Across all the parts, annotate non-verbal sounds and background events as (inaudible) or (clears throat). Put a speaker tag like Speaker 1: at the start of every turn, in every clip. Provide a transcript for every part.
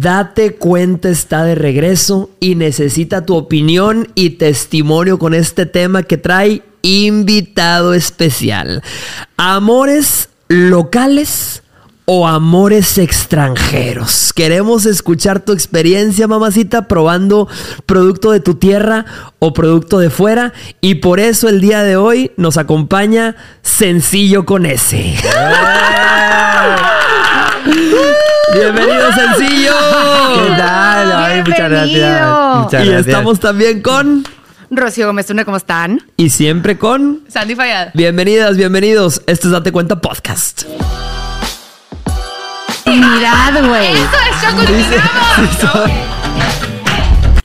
Speaker 1: Date cuenta está de regreso y necesita tu opinión y testimonio con este tema que trae invitado especial. Amores locales o amores extranjeros. Queremos escuchar tu experiencia, mamacita, probando producto de tu tierra o producto de fuera. Y por eso el día de hoy nos acompaña Sencillo con ese. Bienvenido, Sencillo.
Speaker 2: ¿Qué tal? Ay, muchas gracias.
Speaker 3: Bienvenido.
Speaker 2: Muchas
Speaker 1: Y
Speaker 2: gracias.
Speaker 1: estamos también con...
Speaker 3: Rocío Gómez Tuna, ¿cómo están?
Speaker 1: Y siempre con...
Speaker 3: Sandy Fallad.
Speaker 1: Bienvenidas, bienvenidos. Este es Date Cuenta Podcast.
Speaker 3: Mirad, güey.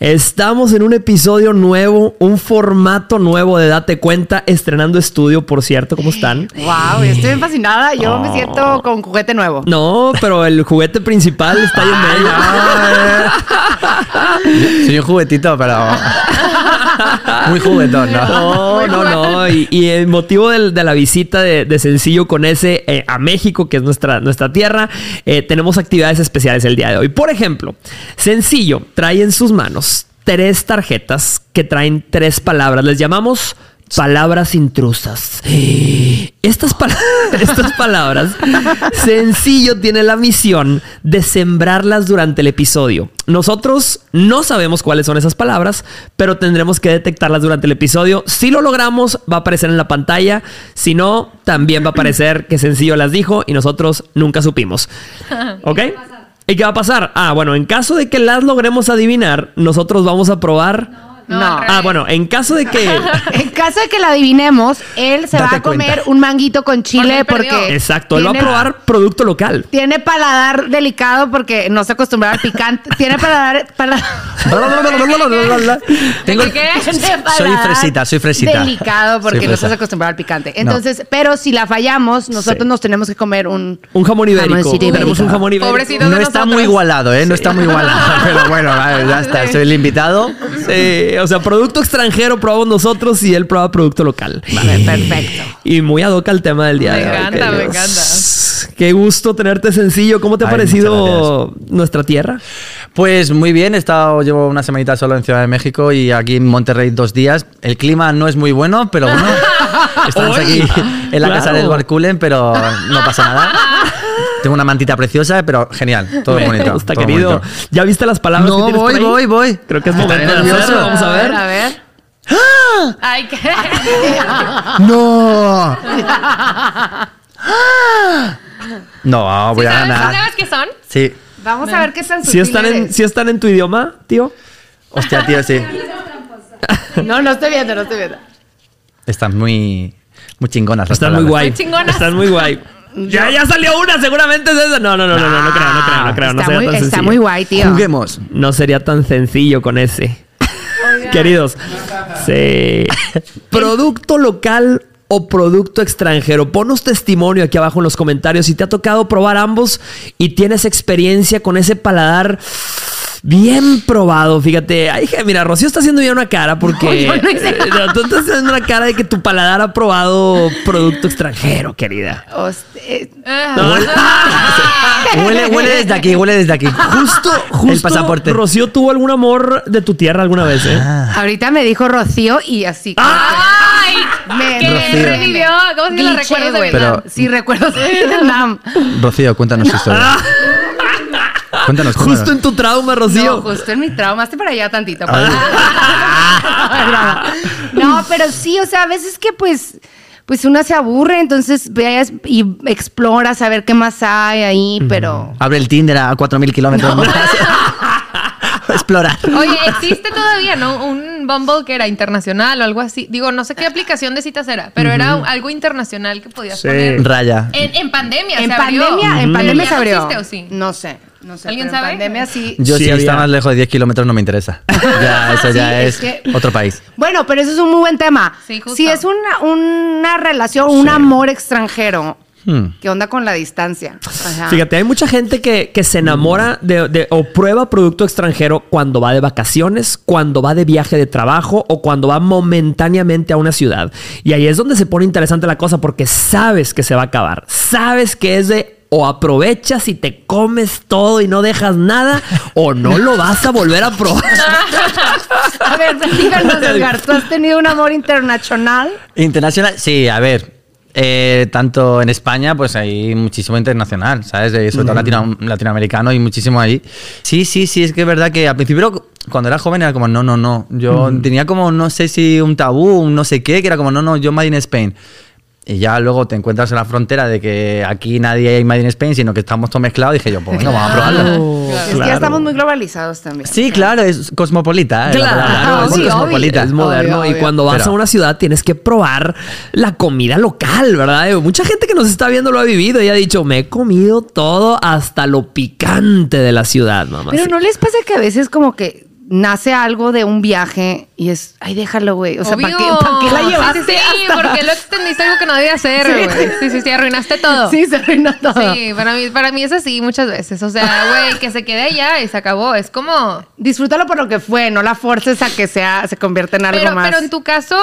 Speaker 1: Estamos en un episodio nuevo, un formato nuevo de Date Cuenta, estrenando estudio, por cierto, ¿cómo están?
Speaker 3: Wow, yo estoy bien fascinada. Yo
Speaker 2: Oh.
Speaker 3: me siento con juguete nuevo.
Speaker 1: No, pero el juguete principal está ahí en medio.
Speaker 2: Soy un juguetito, pero. Muy juguetón, ¿no?
Speaker 1: No, no, no. Y, y el motivo del- de la visita de, de Sencillo con ese eh, a México, que es nuestra, nuestra tierra, eh, tenemos actividades especiales el día de hoy. Por ejemplo, Sencillo trae en sus manos tres tarjetas que traen tres palabras. Les llamamos palabras intrusas. (gasps) Estas, pala- (laughs) estas palabras, Sencillo tiene la misión de sembrarlas durante el episodio. Nosotros no sabemos cuáles son esas palabras, pero tendremos que detectarlas durante el episodio. Si lo logramos, va a aparecer en la pantalla. Si no, también va a aparecer que Sencillo las dijo y nosotros nunca supimos. ¿Ok? ¿Y qué va a pasar? Ah, bueno, en caso de que las logremos adivinar, nosotros vamos a probar...
Speaker 3: No.
Speaker 1: Ah, bueno, en caso de que...
Speaker 3: En caso de que la adivinemos, él se va
Speaker 2: Date
Speaker 3: a comer
Speaker 2: cuenta.
Speaker 3: un manguito con chile
Speaker 4: Porque
Speaker 3: porque.
Speaker 4: él perdió.
Speaker 1: Exacto, él va a
Speaker 3: tiene-
Speaker 1: probar producto local.
Speaker 3: Tiene paladar delicado porque no se acostumbra al picante. Tiene paladar. pala-
Speaker 2: (laughs) Tengo-
Speaker 4: ¿Qué?
Speaker 3: tiene
Speaker 2: Soy
Speaker 3: paladar
Speaker 2: fresita, soy fresita.
Speaker 3: Delicado porque
Speaker 2: Soy
Speaker 3: no
Speaker 2: fresa.
Speaker 3: se acostumbra al picante.
Speaker 2: No.
Speaker 3: Entonces, pero si la fallamos, nosotros
Speaker 1: Sí.
Speaker 3: nos tenemos que comer un.
Speaker 1: Un jamón ibérico.
Speaker 3: Jamón ibérico.
Speaker 1: Tenemos un jamón ibérico.
Speaker 4: Pobrecito.
Speaker 2: No está muy igualado, ¿eh? No está muy igualado. (laughs) Pero bueno, vale, ya está. Soy el invitado.
Speaker 1: Sí, o sea, producto extranjero probamos nosotros y él prueba producto local.
Speaker 3: Perfecto.
Speaker 1: Y muy ad hoc al tema del día
Speaker 4: Me
Speaker 1: de hoy,
Speaker 4: encanta, me
Speaker 1: queridos.
Speaker 4: encanta.
Speaker 1: Qué gusto tenerte sencillo. ¿Cómo te ha
Speaker 2: Ay,
Speaker 1: parecido nuestra tierra?
Speaker 2: Pues muy bien, he estado, llevo una semanita solo en Ciudad de México y aquí en Monterrey dos días. El clima no es muy bueno,
Speaker 1: (laughs)
Speaker 2: pero bueno, estamos aquí en la casa
Speaker 1: Claro.
Speaker 2: del Barculen, pero no pasa
Speaker 1: (laughs)
Speaker 2: nada. Tengo una mantita preciosa, pero genial, todo
Speaker 1: Me
Speaker 2: bonito.
Speaker 1: gusta,
Speaker 2: todo
Speaker 1: querido.
Speaker 2: bonito.
Speaker 1: ¿Ya viste las palabras que
Speaker 2: No,
Speaker 1: tienes por
Speaker 2: voy,
Speaker 1: ahí?
Speaker 2: voy, voy.
Speaker 1: Creo que es
Speaker 2: Estaré
Speaker 1: momento de
Speaker 2: nervioso.
Speaker 1: hacerlo. Vamos a ver.
Speaker 4: A ver. Ay, qué.
Speaker 2: Ah, pues ¡No! No, voy a
Speaker 4: ¿Sabes,
Speaker 2: ganar.
Speaker 4: ¿Sabes qué son?
Speaker 2: Sí.
Speaker 3: Vamos a ver qué tan
Speaker 1: Si están, en,
Speaker 3: sutiles.
Speaker 1: si están en tu idioma, tío.
Speaker 2: Hostia, tío, sí.
Speaker 3: No, no estoy viendo, no estoy viendo.
Speaker 2: Están muy, muy chingonas las
Speaker 1: Están muy
Speaker 2: palabras.
Speaker 1: guay.
Speaker 4: Muy chingonas.
Speaker 1: Están muy
Speaker 4: (laughs)
Speaker 1: guay. Ya, ya salió una, seguramente es esa. No, no, no, no, no, no creo, no creo, no creo. no
Speaker 3: está,
Speaker 1: sería
Speaker 3: muy,
Speaker 1: tan
Speaker 3: está
Speaker 1: sencillo.
Speaker 3: muy guay, tío.
Speaker 2: Juguemos.
Speaker 1: no sería tan sencillo con ese. (laughs) Queridos, sí. producto local o producto extranjero. Ponos testimonio aquí abajo en los comentarios si te ha tocado probar ambos y tienes experiencia con ese paladar bien probado. Fíjate, ay, je- mira, Rocío está haciendo ya una cara (laughs) porque
Speaker 3: No, yo no hice nada.
Speaker 1: No, tú estás haciendo una cara de que tu paladar ha probado producto extranjero, querida.
Speaker 3: Os- eh,
Speaker 2: Ah.
Speaker 3: (laughs)
Speaker 2: Huele, huele desde aquí, huele desde aquí.
Speaker 1: Justo, (laughs) justo.
Speaker 2: justo,
Speaker 1: Rocío tuvo algún amor de tu tierra alguna vez, ¿eh?
Speaker 3: ahorita me dijo Rocío y así. como
Speaker 1: Ah.
Speaker 4: Ay,
Speaker 3: Me-
Speaker 4: que
Speaker 2: Rocío.
Speaker 4: revivió. ¿Cómo se
Speaker 3: que-
Speaker 4: llama?
Speaker 3: Cliché,
Speaker 4: Recuerdos de
Speaker 3: güey.
Speaker 4: Vietnam.
Speaker 2: Pero-
Speaker 3: Sí, recuerdos de Vietnam.
Speaker 2: Rocío, cuéntanos tu historia. Cuéntanos, cuéntanos.
Speaker 1: Justo en tu trauma, Rocío.
Speaker 3: No, justo en mi trauma. Hazte para allá tantito.
Speaker 2: Ay.
Speaker 1: Ah.
Speaker 3: (laughs) no, pero sí, o sea, a veces que pues... Pues una se aburre, entonces veas y exploras a ver qué más hay ahí, pero...
Speaker 2: Abre el Tinder a 4.000 kilómetros. Explorar.
Speaker 4: Oye, existe todavía, ¿no? Un Bumble que era internacional o algo así. Digo, no sé qué aplicación de citas era, pero era un- algo internacional que podías
Speaker 1: Sí.
Speaker 4: poner.
Speaker 2: Raya.
Speaker 4: En, en pandemia
Speaker 3: En
Speaker 4: se abrió.
Speaker 3: pandemia, en
Speaker 4: Pero
Speaker 3: pandemia
Speaker 4: ya
Speaker 3: se
Speaker 4: no
Speaker 3: abrió.
Speaker 4: existe, ¿o sí?
Speaker 3: No sé, no sé.
Speaker 4: ¿Alguien
Speaker 3: pero
Speaker 4: sabe?
Speaker 3: En
Speaker 1: (laughs)
Speaker 3: pandemia sí.
Speaker 2: Yo
Speaker 1: Sí,
Speaker 2: si
Speaker 1: había.
Speaker 2: está más lejos de 10 kilómetros no me interesa. Ya, eso ya
Speaker 3: Sí,
Speaker 2: es,
Speaker 3: que-
Speaker 2: otro país.
Speaker 3: Bueno, pero eso es un muy buen tema.
Speaker 4: Sí, justo.
Speaker 3: Si es una, una relación, un amor extranjero,
Speaker 2: Hmm.
Speaker 3: ¿qué onda con la distancia? Ajá.
Speaker 1: Fíjate, hay mucha gente que, que se enamora de, de- o prueba producto extranjero cuando va de vacaciones, cuando va de viaje de trabajo o cuando va momentáneamente a una ciudad. Y ahí es donde se pone interesante la cosa porque sabes que se va a acabar, sabes que es de o aprovechas y te comes todo y no dejas nada, o no lo vas a volver a probar.
Speaker 3: (laughs) A ver,
Speaker 1: (laughs)
Speaker 3: díganos, Edgar, ¿tú has tenido un amor internacional?
Speaker 2: Internacional, sí, a ver. eh, tanto en España, pues hay muchísimo internacional, ¿sabes? Eh, sobre todo latino- latinoamericano y muchísimo ahí. Sí, sí, sí, es que es verdad que al principio, cuando era joven, era como, no, no, no. Yo tenía como, no sé si un tabú, un no sé qué, que era como, no, no, yo Made in Spain. Y ya luego te encuentras en la frontera de que aquí nadie hay Made in Spain, sino que estamos todos mezclados. Dije yo, pues venga, vamos a probarlo.
Speaker 3: Es que
Speaker 1: Oh, Claro.
Speaker 3: ya estamos muy globalizados también.
Speaker 2: Sí, claro, es cosmopolita. eh, la
Speaker 1: Claro,
Speaker 2: palabra, ¿no? es
Speaker 1: sí, obvio.
Speaker 2: cosmopolita.
Speaker 1: Es moderno.
Speaker 3: Obvio,
Speaker 1: Y
Speaker 3: obvio.
Speaker 1: cuando vas
Speaker 2: Pero-
Speaker 1: a una ciudad tienes que probar la comida local, ¿verdad? Eh, Mucha gente que nos está viendo lo ha vivido y ha dicho, me he comido todo hasta lo picante de la ciudad, mamá.
Speaker 3: Pero ¿no les pasa que a veces como que nace algo de un viaje y es, ay, déjalo, güey? O sea, ¿para
Speaker 4: Obvio.
Speaker 3: qué, para qué la
Speaker 4: Sí, sí,
Speaker 3: llevaste
Speaker 4: Sí,
Speaker 3: hasta- (laughs)
Speaker 4: porque lo extendiste a algo que no debía hacer,
Speaker 3: Sí.
Speaker 4: güey. Sí. sí, sí, arruinaste todo.
Speaker 3: Sí, se arruinó todo.
Speaker 4: Sí, para mí, para mí es así muchas veces. O sea, güey, que se quede allá y se acabó. Es como.
Speaker 3: Disfrútalo por lo que fue, no la forces a que sea, se convierta en algo
Speaker 4: Pero,
Speaker 3: más.
Speaker 4: pero en tu caso,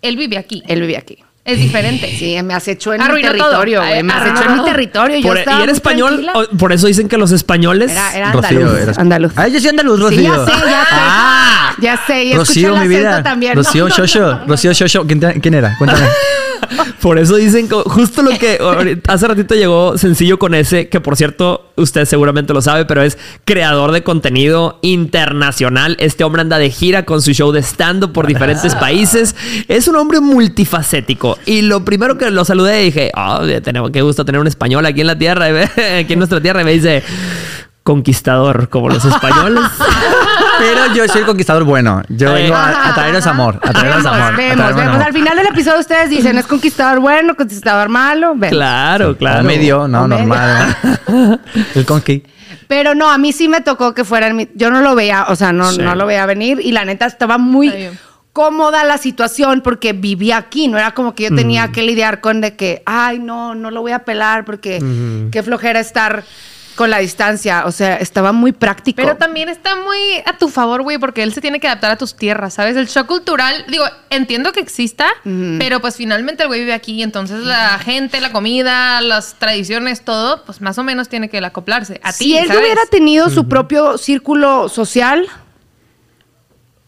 Speaker 4: él vive aquí.
Speaker 3: Él vive aquí.
Speaker 4: Es diferente.
Speaker 2: Eh,
Speaker 3: Sí, me acechó en
Speaker 4: Arruinó
Speaker 3: mi
Speaker 4: todo.
Speaker 3: territorio, güey. Me
Speaker 4: Ay,
Speaker 3: acechó en
Speaker 4: arruinó
Speaker 3: mi
Speaker 4: todo.
Speaker 3: territorio. Yo
Speaker 1: Por-
Speaker 3: estaba
Speaker 1: y era
Speaker 3: muy
Speaker 1: español,
Speaker 3: tranquila.
Speaker 1: o- por eso dicen que los españoles.
Speaker 3: Era, era
Speaker 2: Rocío,
Speaker 3: andaluz.
Speaker 2: eres-
Speaker 3: andaluz.
Speaker 2: Ah, yo soy andaluz,
Speaker 3: Sí,
Speaker 2: Rocío.
Speaker 3: ya sé, ya sé.
Speaker 2: Ah.
Speaker 3: ya sé, y escuché
Speaker 2: Rocío,
Speaker 3: el
Speaker 2: mi
Speaker 3: acento
Speaker 2: vida.
Speaker 3: también. (laughs) No,
Speaker 2: Rocío
Speaker 3: no,
Speaker 2: Shosho.
Speaker 3: no, no, no.
Speaker 2: Rocío Shosho. ¿Quién, te- quién era?
Speaker 3: (laughs)
Speaker 2: Cuéntame.
Speaker 1: Por eso dicen co- justo lo que ahorita- hace ratito llegó sencillo con ese, que por cierto, usted seguramente lo sabe, pero es creador de contenido internacional. Este hombre anda de gira con su show de stand-up por diferentes
Speaker 3: Ah.
Speaker 1: países. Es un hombre multifacético. Y lo primero que lo saludé dije, ah, tenemos, qué gusto tener un español aquí en la tierra, (laughs) y me- aquí en nuestra tierra. Y me dice, conquistador, como los
Speaker 3: (laughs)
Speaker 1: españoles.
Speaker 2: Pero yo soy el conquistador bueno. Yo
Speaker 1: Eh.
Speaker 2: vengo a, a traeros amor. A traeros
Speaker 3: Vemos,
Speaker 2: amor. a
Speaker 3: vemos,
Speaker 2: traeros
Speaker 3: vemos.
Speaker 2: amor.
Speaker 3: Al final del episodio ustedes dicen, ¿es conquistador bueno, conquistador malo? Vemos.
Speaker 1: claro, claro.
Speaker 2: O medio, no,
Speaker 3: O medio.
Speaker 2: normal.
Speaker 3: (laughs)
Speaker 2: El conqui.
Speaker 3: Pero no, a mí sí me tocó que fuera en mi... Yo no lo veía, o sea, no,
Speaker 1: Sí.
Speaker 3: no lo veía venir y la neta estaba
Speaker 4: Está
Speaker 3: muy
Speaker 4: bien.
Speaker 3: cómoda la situación porque vivía aquí, no era como que yo tenía que lidiar con de que, ay, no, no lo voy a pelar porque qué flojera estar con la distancia, o sea, estaba muy práctico.
Speaker 4: Pero también está muy a tu favor, güey, porque él se tiene que adaptar a tus tierras, ¿sabes? El shock cultural, digo, entiendo que exista, pero pues finalmente el güey vive aquí, entonces la gente, la comida, las tradiciones, todo, pues más o menos tiene que acoplarse. A ti,
Speaker 3: si él
Speaker 4: ¿sabes?
Speaker 3: hubiera tenido su propio círculo social,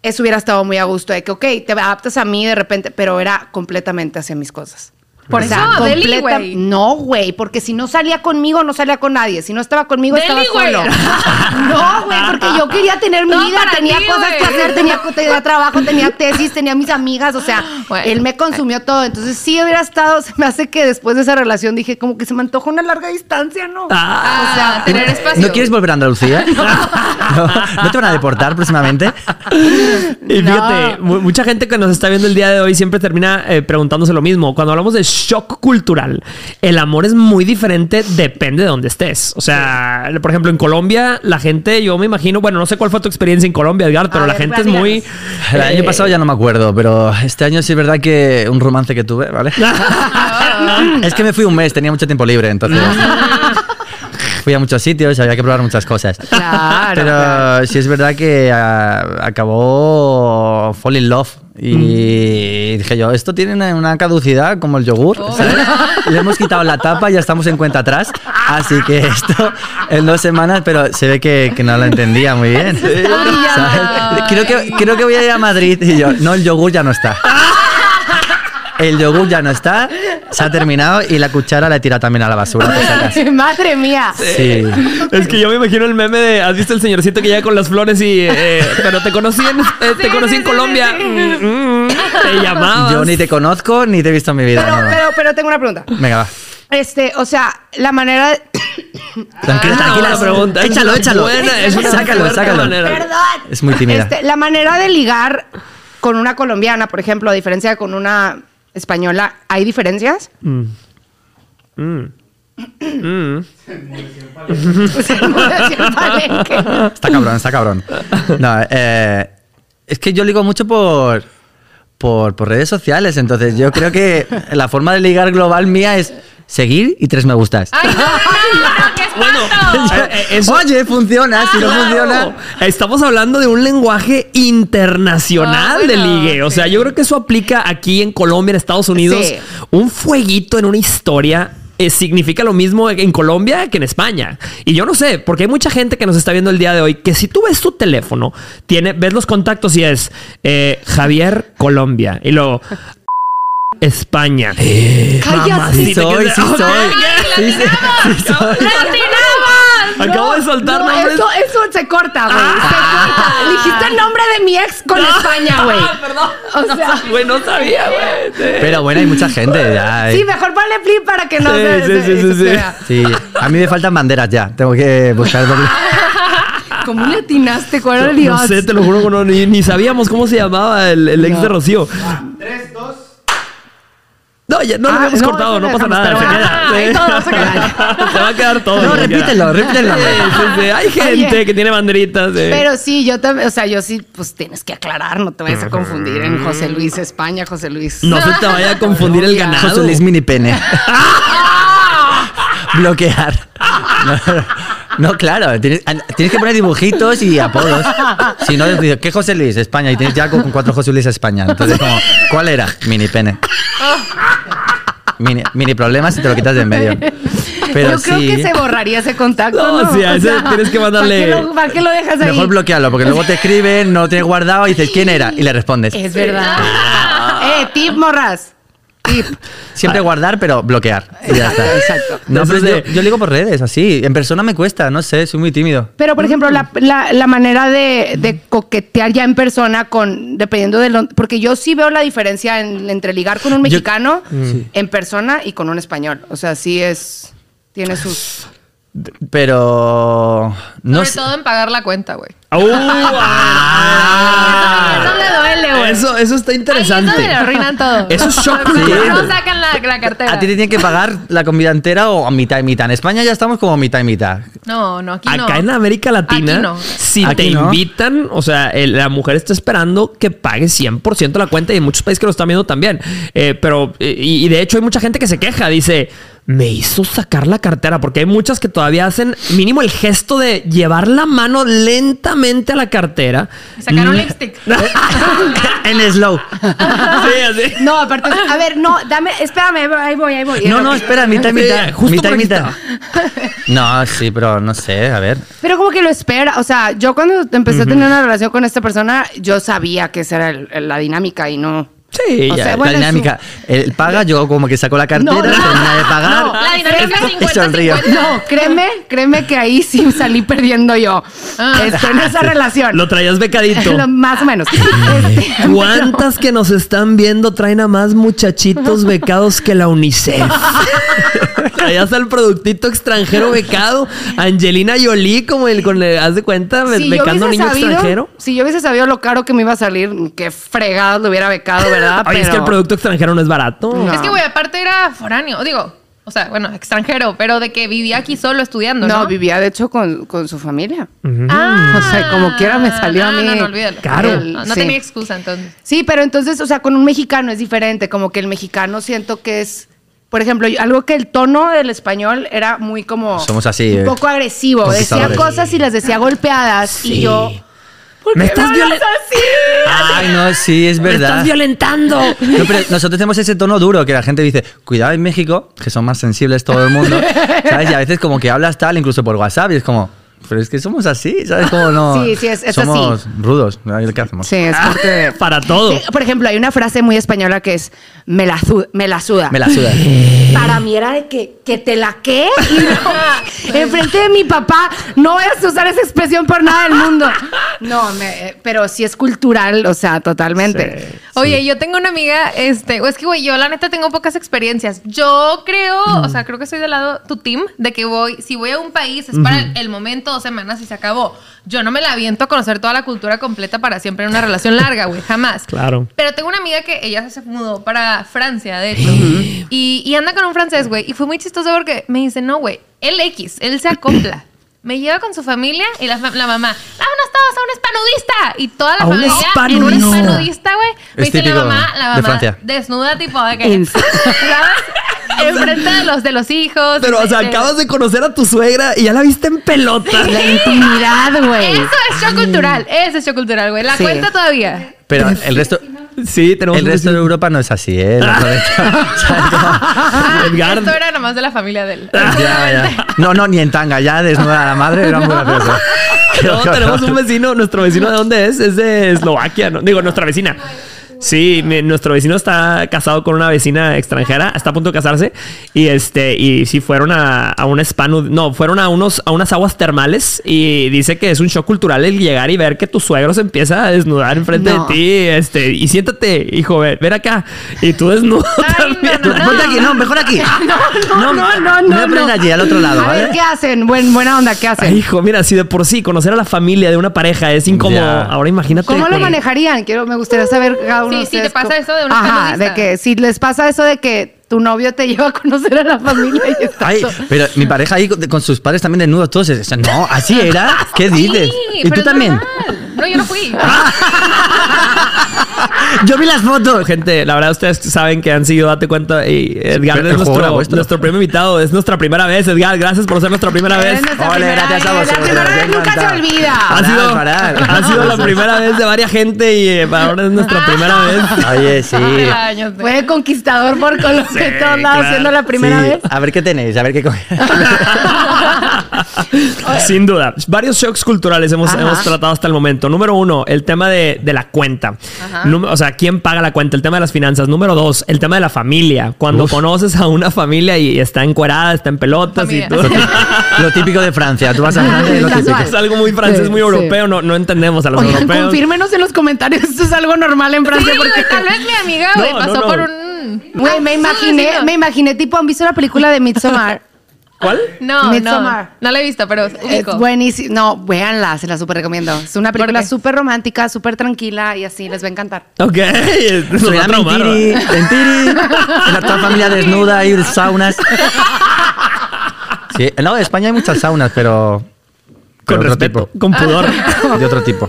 Speaker 3: eso hubiera estado muy a gusto de que, ok, te adaptas a mí de repente, pero era completamente hacia mis cosas.
Speaker 4: Por eso, Deli, güey.
Speaker 3: No, güey, porque si no salía conmigo, no salía con nadie. Si no estaba conmigo,
Speaker 4: Deli,
Speaker 3: estaba
Speaker 4: güey. (laughs)
Speaker 3: solo. No, güey, porque yo quería tener mi
Speaker 4: No,
Speaker 3: vida,
Speaker 4: para
Speaker 3: tenía
Speaker 4: ti,
Speaker 3: cosas que
Speaker 4: güey.
Speaker 3: hacer, tenía, tenía trabajo, tenía tesis, tenía mis amigas, o
Speaker 4: (gasps)
Speaker 3: sea,
Speaker 4: Güey.
Speaker 3: él me consumió todo. Entonces sí hubiera estado, se me hace que después de esa relación dije, como que se me antoja una larga distancia, ¿no?
Speaker 1: Ah.
Speaker 4: Ah,
Speaker 3: O sea,
Speaker 4: tener espacio.
Speaker 2: ¿No quieres volver a
Speaker 3: (laughs)
Speaker 2: Andalucía? no. ¿No te van a deportar próximamente?
Speaker 1: Y fíjate, mu- mucha gente que nos está viendo el día de hoy siempre termina eh, preguntándose lo mismo. Cuando hablamos de shock cultural, el amor es muy diferente, depende de dónde estés. O sea, por ejemplo, en Colombia, la gente, yo me imagino, bueno, no sé cuál fue tu experiencia en Colombia, Edgar, pero
Speaker 3: A
Speaker 1: la
Speaker 3: ver,
Speaker 1: gente es
Speaker 3: platícanos.
Speaker 1: muy.
Speaker 2: El
Speaker 1: eh,
Speaker 2: año
Speaker 4: (laughs)
Speaker 2: pasado ya no me acuerdo, pero este año sí es verdad que un romance que tuve, ¿vale?
Speaker 4: Ah.
Speaker 3: (laughs)
Speaker 2: es que me fui un mes, tenía mucho tiempo libre, entonces. (laughs) fui a muchos sitios, había que probar muchas cosas.
Speaker 3: Ah. Claro,
Speaker 2: Pero
Speaker 3: claro.
Speaker 2: sí es verdad que ah, acabó Fall in Love. Y
Speaker 3: Mm.
Speaker 2: dije yo, esto tiene una, una caducidad como el yogur.
Speaker 3: Oh.
Speaker 2: ¿sabes? Le hemos quitado la tapa, ya estamos en cuenta atrás. Así que esto en dos semanas, pero se ve que, que no lo entendía muy bien. ¿Sabes? Creo que, creo que voy a ir a Madrid y yo, no, el yogur ya no está. El yogur ya no está, se ha terminado y la cuchara la he tirado también a la basura. por si
Speaker 3: (laughs)
Speaker 2: acaso.
Speaker 3: Madre mía.
Speaker 2: Sí.
Speaker 1: Es que yo me imagino el meme de, ¿has visto el señorcito que llega con las flores y, eh, pero te conocí en, eh, te
Speaker 4: Sí,
Speaker 1: conocí
Speaker 4: sí,
Speaker 1: en
Speaker 4: sí,
Speaker 1: Colombia?
Speaker 4: sí.
Speaker 1: Mm, mm, mm, te llamabas.
Speaker 2: Yo ni te conozco ni te he visto en mi vida.
Speaker 3: Pero,
Speaker 2: no, no.
Speaker 3: pero, pero tengo una pregunta.
Speaker 2: Venga, va.
Speaker 3: Este, o sea, la manera de-
Speaker 1: (coughs)
Speaker 2: Tranquila,
Speaker 1: Ah,
Speaker 2: tranquila.
Speaker 1: la pregunta. Es
Speaker 2: Échalo,
Speaker 1: una
Speaker 2: échalo.
Speaker 1: buena- es una
Speaker 2: sácalo,
Speaker 1: fuerte
Speaker 2: sácalo.
Speaker 1: manera.
Speaker 3: Perdón.
Speaker 2: Es muy tímida.
Speaker 3: Este, la manera de ligar con una colombiana, por ejemplo, a diferencia de con una española, ¿hay diferencias?
Speaker 1: Mm, Mm.
Speaker 3: (laughs) Se
Speaker 1: (laughs)
Speaker 3: enmudeció el palenque.
Speaker 2: Está cabrón, está cabrón. No, eh, es que yo ligo mucho por, por, por redes sociales, entonces yo creo que la forma de ligar global mía es seguir y tres me gustas.
Speaker 4: ¡Ay, no,
Speaker 1: (laughs)
Speaker 4: no, no! ¡Qué espanto!
Speaker 1: eh, eh, eso-
Speaker 2: Oye, funciona, si Ah, no
Speaker 1: Claro.
Speaker 2: funciona.
Speaker 1: Estamos hablando de un lenguaje internacional
Speaker 4: Ah,
Speaker 1: de
Speaker 4: bueno,
Speaker 1: ligue. O sea, yo creo que eso aplica aquí en Colombia, en Estados Unidos.
Speaker 3: Sí.
Speaker 1: Un fueguito en una historia. eh, significa lo mismo en Colombia que en España. Y yo no sé, porque hay mucha gente que nos está viendo el día de hoy que si tú ves tu teléfono, tiene, ves los contactos y es eh, Javier Colombia. Y luego... (laughs) España.
Speaker 3: Cállate.
Speaker 2: Sí
Speaker 1: mamacita,
Speaker 2: soy,
Speaker 1: que-
Speaker 2: sí
Speaker 1: Ok.
Speaker 2: soy. Sí, sí, sí soy.
Speaker 4: ¡Latinamos!
Speaker 1: Acabo de soltar
Speaker 3: Ah, No,
Speaker 1: nombres.
Speaker 3: eso, eso se corta, güey.
Speaker 1: Ah.
Speaker 3: Se corta. Dijiste el nombre de mi ex con España, güey.
Speaker 4: Perdón.
Speaker 3: O sea,
Speaker 1: Güey, no sabía, güey. Sí.
Speaker 2: Pero bueno, hay mucha gente ya. eh.
Speaker 3: sí, mejor ponle flip para que no
Speaker 1: Sí,
Speaker 3: se,
Speaker 1: sí,
Speaker 3: se-
Speaker 1: sí, sí,
Speaker 3: se
Speaker 1: sí.
Speaker 3: vea.
Speaker 2: Sí, a mí me faltan banderas ya. Tengo que
Speaker 3: (laughs)
Speaker 2: buscar doble.
Speaker 3: Ah. ¿Cómo le atinaste? ¿Cuál era
Speaker 1: No sé, te lo juro que no, ni, ni sabíamos cómo se llamaba el, el ex de Rocío. Tres, dos. No, ya no lo
Speaker 3: Ah,
Speaker 1: habíamos
Speaker 3: no,
Speaker 1: cortado,
Speaker 3: eso
Speaker 1: no
Speaker 3: lo
Speaker 1: pasa nada.
Speaker 3: dejamos,
Speaker 1: Se
Speaker 3: pero
Speaker 1: queda.
Speaker 3: bueno. Ahí todo
Speaker 1: sí.
Speaker 3: se queda.
Speaker 1: (laughs) Se va a quedar todo.
Speaker 2: No,
Speaker 1: se queda.
Speaker 2: repítelo, repítelo.
Speaker 1: Sí, sí, sí. Hay gente
Speaker 3: Oye.
Speaker 1: que tiene banderitas. sí.
Speaker 3: Pero sí, yo también, o sea, yo sí, pues tienes que aclarar, no te vayas a confundir en José Luis España, José Luis.
Speaker 1: No se te vaya a confundir el
Speaker 3: Colombia.
Speaker 1: ganado.
Speaker 2: José Luis mini pene.
Speaker 3: Ah.
Speaker 2: (laughs) Bloquear. No, no, no, claro, tienes, an- tienes que poner dibujitos y apodos. Si no, dices, ¿qué José Luis? España. Y tienes ya con con cuatro José Luis España. Entonces, como, ¿cuál era? Mini pene.
Speaker 3: Ah.
Speaker 2: Mini, mini problemas y te lo quitas de
Speaker 3: (laughs)
Speaker 2: en medio. Pero
Speaker 3: yo creo
Speaker 2: sí.
Speaker 3: que se borraría ese contacto.
Speaker 1: (laughs) No,
Speaker 3: No,
Speaker 1: sí, a ese tienes que mandarle-
Speaker 3: ¿Para qué lo, para qué lo dejas ahí?
Speaker 2: Mejor bloquearlo, porque luego te escriben, no lo tienes guardado y dices, ¿quién era? Y le respondes.
Speaker 3: Es verdad. eh, tip, morras. Tip.
Speaker 2: Siempre guardar, pero bloquear. Y ya está.
Speaker 3: Exacto.
Speaker 2: No, pero
Speaker 1: Entonces,
Speaker 2: yo, yo ligo por redes, así. En persona me cuesta, no sé, soy muy tímido.
Speaker 3: Pero, por ejemplo, la, la- la manera de, de coquetear ya en persona con, dependiendo de lo- porque yo sí veo la diferencia en- entre ligar con un mexicano
Speaker 1: Mm.
Speaker 3: en persona y con un español. O sea, sí es, tiene sus...
Speaker 2: Pero. No
Speaker 4: Sobre
Speaker 2: sé.
Speaker 4: todo en pagar la cuenta, güey.
Speaker 1: ¡Uh! ah.
Speaker 4: Eso me duele, güey.
Speaker 1: Eso, eso está interesante.
Speaker 4: Ahí es donde le arruinan todo.
Speaker 1: Eso es
Speaker 4: (laughs)
Speaker 1: shock.
Speaker 2: Sí.
Speaker 4: No sacan la, la cartera.
Speaker 2: A ti te tienen que pagar la comida entera o a mitad y mitad. En España ya estamos como mitad y mitad.
Speaker 4: No, no, aquí no.
Speaker 1: Acá en América Latina,
Speaker 4: Aquí no.
Speaker 1: si
Speaker 2: Aquí
Speaker 1: te
Speaker 2: no.
Speaker 1: invitan, o sea, eh, la mujer está esperando que pague 100% la cuenta y en muchos países que lo están viendo también. Eh, pero, eh, y, y de hecho hay mucha gente que se queja, dice, me hizo sacar la cartera, porque hay muchas que todavía hacen mínimo el gesto de llevar la mano lentamente a la cartera.
Speaker 4: Y sacar un
Speaker 1: Mm.
Speaker 4: lipstick.
Speaker 2: (laughs) en slow.
Speaker 1: (laughs) sí, así.
Speaker 3: No, aparte, a ver, no, dame, espérame, ahí voy, ahí voy.
Speaker 2: No, no, espera, mitad y
Speaker 1: Sí,
Speaker 2: mitad.
Speaker 1: justo
Speaker 2: mitad
Speaker 1: por
Speaker 2: y
Speaker 1: aquí
Speaker 2: mitad. No, sí, pero no sé, a ver.
Speaker 3: Pero como que lo espera, o sea, yo cuando empecé a tener una relación con esta persona, yo sabía que esa era el- el- la dinámica y no...
Speaker 1: Sí,
Speaker 3: O
Speaker 1: ya.
Speaker 3: sea,
Speaker 2: la
Speaker 3: bueno, es
Speaker 2: dinámica. Él paga, yo como que saco la cartera,
Speaker 3: No, no.
Speaker 2: termina de pagar.
Speaker 3: No,
Speaker 4: La dinámica
Speaker 2: Y
Speaker 4: 50-50.
Speaker 2: sonrío.
Speaker 3: No, créeme, créeme que ahí sí salí perdiendo yo.
Speaker 4: Ah.
Speaker 3: Este, en esa relación.
Speaker 1: lo traías
Speaker 2: (laughs)
Speaker 1: becadito.
Speaker 3: Lo- más o menos. Este, (laughs) pero-
Speaker 1: ¿Cuántas que nos están viendo traen a más muchachitos becados que la
Speaker 3: (laughs)
Speaker 1: UNICEF? Allá está el productito extranjero becado. Angelina Jolie, como el con el, haz de cuenta, be-
Speaker 3: Si yo
Speaker 1: becando a
Speaker 3: hubiese
Speaker 1: niño
Speaker 3: sabido-
Speaker 1: extranjero.
Speaker 3: Si yo hubiese sabido lo caro que me iba a salir, que fregado lo hubiera becado, ¿verdad?
Speaker 1: Oye, es que el producto extranjero no es barato.
Speaker 3: Ah, No.
Speaker 4: Es que, güey, aparte era foráneo. Digo, o sea, bueno, extranjero, pero de que vivía aquí solo estudiando,
Speaker 3: no,
Speaker 4: ¿no?
Speaker 3: vivía de hecho con, con su familia.
Speaker 4: Ah,
Speaker 3: O sea, como quiera me salió
Speaker 4: no,
Speaker 3: a mí.
Speaker 4: No, no, olvídalo.
Speaker 1: Claro.
Speaker 4: El- no
Speaker 3: Sí.
Speaker 4: tenía excusa entonces.
Speaker 3: Sí, pero entonces, o sea, con un mexicano es diferente, como que el mexicano siento que es, por ejemplo, yo- algo que el tono del español era muy como...
Speaker 2: Somos así, eh.
Speaker 3: Un poco agresivo, decía
Speaker 2: Conquistadores.
Speaker 3: cosas y las decía golpeadas
Speaker 1: Sí.
Speaker 3: y yo... ¿Por
Speaker 1: Me
Speaker 3: qué
Speaker 1: estás
Speaker 3: hablas
Speaker 1: violen-
Speaker 3: así?
Speaker 2: Ay, no, sí, es
Speaker 1: ¡Me estás
Speaker 2: verdad.
Speaker 1: violentando!
Speaker 2: No, pero nosotros tenemos ese tono duro que la gente dice, cuidado en México, que son más sensibles todo el mundo, ¿sabes? Y a veces como que hablas tal, incluso por WhatsApp, y es como, pero es que somos así, ¿sabes? Como no...
Speaker 3: Sí, sí, es- es
Speaker 2: somos
Speaker 3: así.
Speaker 2: rudos, ¿qué hacemos?
Speaker 3: Sí, es
Speaker 4: Ah.
Speaker 3: parte
Speaker 1: (laughs)
Speaker 3: de-
Speaker 1: Para todo.
Speaker 3: Sí, por ejemplo, hay una frase muy española que es me la, zu- me la suda.
Speaker 2: Me la suda.
Speaker 3: Para mí era de que, que te la qué. Y no, (laughs) enfrente de mi papá, no vayas a usar esa expresión por nada del mundo. No, me- eh, pero sí es cultural, o sea, totalmente.
Speaker 4: Oye, yo tengo una amiga, este, o es que, güey, yo la neta tengo pocas experiencias. Yo creo, o
Speaker 1: Mm.
Speaker 4: sea, creo que soy del lado tu team, de que voy, si voy a un país, es para el, el momento, dos semanas y se acabó. Yo no me la aviento a conocer toda la cultura completa para siempre en una relación larga, güey, jamás.
Speaker 1: Claro.
Speaker 4: Pero tengo una amiga que ella se mudó para Francia, de hecho, y, y anda con un francés, güey, y fue muy chistoso porque me dice, no, güey, él X, él se acopla. Me lleva con su familia y la, fa- la mamá, vámonos todos a un hispanudista. Y toda la
Speaker 1: A un
Speaker 4: familia en un
Speaker 1: hispanudista.
Speaker 4: hispanudista, güey. Me
Speaker 2: Es
Speaker 4: dice la
Speaker 2: típico
Speaker 4: mamá, la
Speaker 2: de
Speaker 4: mamá
Speaker 2: Francia.
Speaker 4: desnuda, tipo de que.
Speaker 3: En-
Speaker 4: (laughs) ¿Sabes? Enfrente de los de los hijos.
Speaker 1: Pero, o sea, acabas de conocer a tu suegra y ya la viste en pelota.
Speaker 3: La intimidad, güey.
Speaker 4: Eso es show cultural. Eso es show cultural, güey. La
Speaker 3: Sí.
Speaker 4: cuenta todavía.
Speaker 2: Pero el resto...
Speaker 1: Sí, tenemos
Speaker 2: El
Speaker 1: un
Speaker 2: resto de
Speaker 1: vecino-
Speaker 2: Europa no es
Speaker 3: (laughs)
Speaker 2: así, ¿eh? Los (laughs) 90. O sea,
Speaker 1: (laughs)
Speaker 4: Ah,
Speaker 1: Edgar. Ah,
Speaker 4: Esto era nomás de la familia de él.
Speaker 2: ya,
Speaker 3: (laughs)
Speaker 2: ya. No, no, ni en tanga, ya desnuda a la madre, era muy gracioso.
Speaker 1: No, tenemos un vecino, nuestro vecino de dónde es, es de Eslovaquia, ¿no? digo, nuestra vecina. Sí, mi- nuestro vecino está casado con una vecina extranjera, está a punto de casarse y este y sí fueron a, a un spa, nu- no, fueron a unos a unas aguas termales y dice que es un shock cultural el llegar y ver que tu suegro se empieza a desnudar enfrente
Speaker 3: No.
Speaker 1: de ti, este, y siéntate, hijo, ven, ven acá y tú desnudo
Speaker 4: Ay,
Speaker 1: también.
Speaker 4: no, no,
Speaker 2: Ponte aquí, no,
Speaker 3: (laughs)
Speaker 2: mejor aquí.
Speaker 3: No, no, no, no.
Speaker 2: me prenda allí, al otro lado,
Speaker 3: A
Speaker 2: ¿vale?
Speaker 3: ver, ¿qué hacen? Buen, buena onda, ¿qué hacen?
Speaker 1: Ay, hijo, mira, si de por sí conocer a la familia de una pareja es incómodo,
Speaker 2: Ya.
Speaker 1: ahora imagínate.
Speaker 3: ¿Cómo lo
Speaker 1: con-
Speaker 3: manejarían? Quiero, me gustaría saber cada uno.
Speaker 4: Sí,
Speaker 3: de
Speaker 4: sí, te
Speaker 3: ustedes
Speaker 4: pasa
Speaker 3: cómo-
Speaker 4: eso de una
Speaker 3: Ajá,
Speaker 4: escandalista.
Speaker 3: de que si les pasa eso de que tu novio te lleva a conocer a la familia y está.
Speaker 2: Ay, pero mi pareja ahí con, con sus padres también desnudos todos. o sea, no, así era. ¿Qué dices?
Speaker 4: Sí,
Speaker 2: y
Speaker 4: pero
Speaker 2: tú
Speaker 4: es
Speaker 2: también.
Speaker 4: normal. No, yo no
Speaker 1: (laughs)
Speaker 4: fui.
Speaker 1: Ah.
Speaker 2: Yo vi las fotos.
Speaker 1: Gente, la verdad ustedes saben que han sido, date cuenta, y Edgar
Speaker 2: pero
Speaker 1: es
Speaker 2: el juego era
Speaker 1: nuestro,
Speaker 2: vuestro.
Speaker 1: nuestro primer invitado, es nuestra primera vez, Edgar, gracias por ser nuestra primera vez.
Speaker 3: Es nuestra
Speaker 2: Ole,
Speaker 3: primera
Speaker 2: gracias a
Speaker 3: vez,
Speaker 2: vosotros,
Speaker 3: La primera
Speaker 2: me
Speaker 3: vez nunca se
Speaker 2: encanta.
Speaker 3: olvida.
Speaker 1: Ha
Speaker 2: Parar,
Speaker 1: sido,
Speaker 3: (laughs)
Speaker 2: parar.
Speaker 1: ha sido la primera vez de varias gente y eh, ahora es nuestra primera
Speaker 2: (laughs)
Speaker 1: vez.
Speaker 2: Oye, sí.
Speaker 4: Años de-
Speaker 3: Fue el conquistador por Colombia de todos lados,
Speaker 1: claro.
Speaker 3: siendo la primera
Speaker 2: Sí,
Speaker 3: vez.
Speaker 2: A ver qué tenéis, a ver qué co- (laughs)
Speaker 1: Sin duda. Varios shocks culturales hemos,
Speaker 3: Ajá.
Speaker 1: hemos tratado hasta el momento. Número uno, el tema de, de la cuenta. Número- o sea, ¿quién paga la cuenta? El tema de las finanzas. Número dos, el tema de la familia. Cuando conoces a una familia y está encuerada, está en pelotas
Speaker 4: Familia.
Speaker 1: y todo.
Speaker 2: Lo típico de Francia. Tú vas a Francia y lo típico.
Speaker 3: Casual.
Speaker 1: Es algo muy francés,
Speaker 3: Sí,
Speaker 1: muy
Speaker 3: sí.
Speaker 1: europeo. No, no entendemos a los
Speaker 3: Oigan,
Speaker 1: europeos.
Speaker 3: confírmenos en los comentarios, esto es algo normal en
Speaker 4: Sí,
Speaker 3: Francia
Speaker 4: güey,
Speaker 3: porque
Speaker 4: tal vez Ah, mi amiga,
Speaker 1: No,
Speaker 4: güey,
Speaker 1: no,
Speaker 4: pasó
Speaker 1: no.
Speaker 4: por un.
Speaker 3: Güey, me
Speaker 4: Sí,
Speaker 3: imaginé,
Speaker 4: sí,
Speaker 3: me imaginé, tipo, ¿han visto la película de Midsommar?
Speaker 4: (laughs)
Speaker 1: ¿Cuál?
Speaker 4: No, no.
Speaker 3: Midsommar. Eh,
Speaker 4: No la he visto, pero
Speaker 3: Es
Speaker 4: ubico.
Speaker 3: buenísimo. No, véanla, se la super recomiendo. Es una película
Speaker 4: qué?
Speaker 3: súper romántica, súper tranquila y así, les va a encantar.
Speaker 1: (clears throat) Ok. (laughs) nos va a
Speaker 2: Suena
Speaker 1: traumar,
Speaker 2: mentiri, mentiri. La toda familia desnuda ahí, saunas. Sí, no, en España hay muchas saunas, pero. pero
Speaker 1: Con
Speaker 2: otro
Speaker 1: respeto,
Speaker 2: tipo.
Speaker 1: con pudor.
Speaker 2: De otro tipo.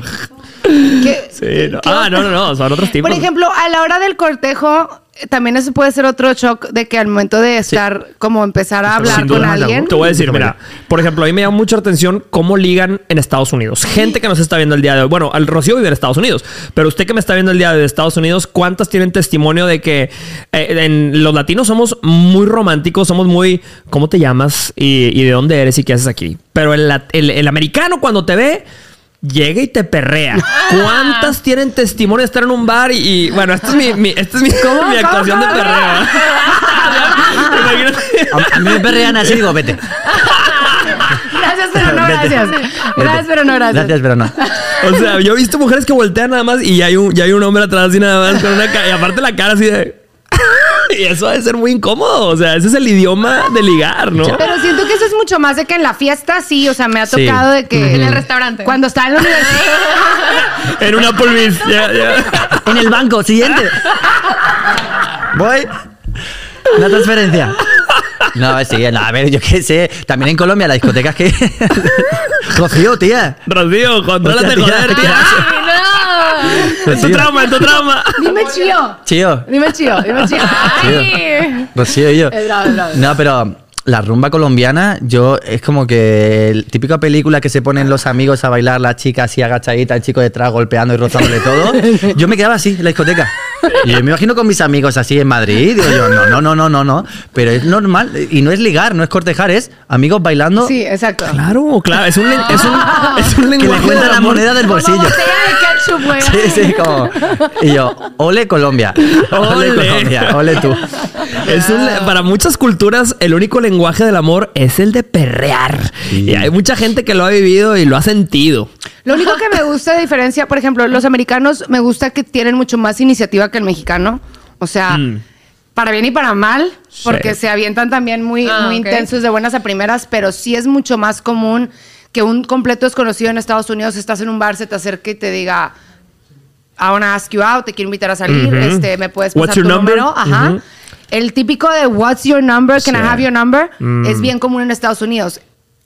Speaker 3: ¿Qué-
Speaker 1: Sí, no.
Speaker 3: Ah. qué
Speaker 1: Ah,
Speaker 3: otra-
Speaker 1: no, no, no, son otros tipos.
Speaker 3: Por ejemplo, a la hora del cortejo, eh, también eso puede ser otro shock de que al momento de estar, como empezar a hablar
Speaker 2: Sin
Speaker 3: con
Speaker 2: duda,
Speaker 3: alguien.
Speaker 1: Te voy a decir, mira, por ejemplo, a mí me llama mucha atención cómo ligan en Estados Unidos. Gente que nos está viendo el día de hoy. Bueno, al Rocío vive en Estados Unidos, pero usted que me está viendo el día de hoy de Estados Unidos, ¿cuántas tienen testimonio de que eh, en los latinos somos muy románticos, somos muy, ¿cómo te llamas? Y, y de dónde eres y qué haces aquí. Pero el, lat- el- el americano cuando te ve... Llega y te
Speaker 3: (laughs)
Speaker 1: perrea. ¿Cuántas tienen testimonio de estar en un bar y, y, bueno, esta es mi, mi- esta es mi, mi actuación de perreo?
Speaker 3: (laughs)
Speaker 1: (laughs) Imagínate.
Speaker 2: A, a mí me perrean así digo, vete.
Speaker 3: (laughs) Gracias, pero no
Speaker 2: (laughs) Vete.
Speaker 3: gracias. Gracias,
Speaker 2: Vete.
Speaker 3: pero no gracias.
Speaker 2: Gracias, pero no.
Speaker 1: O sea, yo he visto mujeres que voltean nada más y ya hay un, ya hay un hombre atrás y nada más con una cara. Y aparte la cara así de. (laughs) y eso debe ser muy incómodo. O sea, ese es el idioma de ligar, ¿no?
Speaker 3: Pero siento que eso es mucho más de que en la fiesta sí, o sea, me ha
Speaker 2: Sí.
Speaker 3: tocado de que.
Speaker 4: En el restaurante.
Speaker 3: Cuando estaba en la universidad.
Speaker 4: (laughs)
Speaker 1: En una polvis. Ya, ya.
Speaker 2: En el banco, siguiente. Voy. La transferencia. No, sí, no, a ver, yo qué sé. También en Colombia, las discotecas que. (laughs) Rocío, tía.
Speaker 1: Rocío, contrólate,
Speaker 2: Hostia,
Speaker 1: joder,
Speaker 2: tía.
Speaker 1: tía.
Speaker 4: Ay, no.
Speaker 1: Es tu
Speaker 2: Rocío.
Speaker 1: trauma, es tu trauma.
Speaker 3: Dime chío.
Speaker 2: Chío.
Speaker 3: Dime chío, dime chío.
Speaker 4: Ay.
Speaker 2: Rocío y yo.
Speaker 3: Es bravo, es bravo.
Speaker 2: Pues No, pero la rumba colombiana, yo es como que el típica película que se ponen los amigos a bailar, la chica así agachadita, el chico detrás golpeando y rozándole todo. Yo me quedaba así en la discoteca. Y yo me imagino con mis amigos así en Madrid. Digo yo, no, no, no, no, no, no. Pero es normal. Y no es ligar, no es cortejar, es amigos bailando.
Speaker 3: Sí, exacto.
Speaker 1: Claro, claro. Es un, len- es un, es un
Speaker 2: Que le
Speaker 1: lenguaje.
Speaker 2: cuentan
Speaker 1: del
Speaker 2: la
Speaker 1: amor.
Speaker 2: moneda del
Speaker 3: Como
Speaker 2: bolsillo.
Speaker 3: botella de
Speaker 2: (laughs)
Speaker 3: ketchup, güey.
Speaker 2: Sí, sí, como. Y yo, ole Colombia. Ole
Speaker 1: Ole.
Speaker 2: Colombia, ole tú.
Speaker 1: Es un le- para muchas culturas, el único lenguaje del amor es el de perrear.
Speaker 2: Sí.
Speaker 1: Y hay mucha gente que lo ha vivido y lo ha sentido.
Speaker 3: Lo único que me gusta de diferencia, por ejemplo, los americanos me gusta que tienen mucho más iniciativa que el mexicano. O sea, para bien y para mal, porque
Speaker 1: Mm. Sí.
Speaker 3: se avientan también muy,
Speaker 4: Ah,
Speaker 3: muy
Speaker 4: ok.
Speaker 3: intensos de buenas a primeras, pero sí es mucho más común que un completo desconocido en Estados Unidos estás en un bar, se te acerque y te diga. I wanna ask you out, te quiero invitar a salir,
Speaker 1: Ujú.
Speaker 3: este, me puedes pasar
Speaker 1: What's
Speaker 3: tu
Speaker 1: your number?
Speaker 3: número, ajá.
Speaker 1: Ujú.
Speaker 3: El típico de what's your number, can
Speaker 1: Sí.
Speaker 3: I have your number,
Speaker 4: Mm.
Speaker 3: es bien común en Estados Unidos.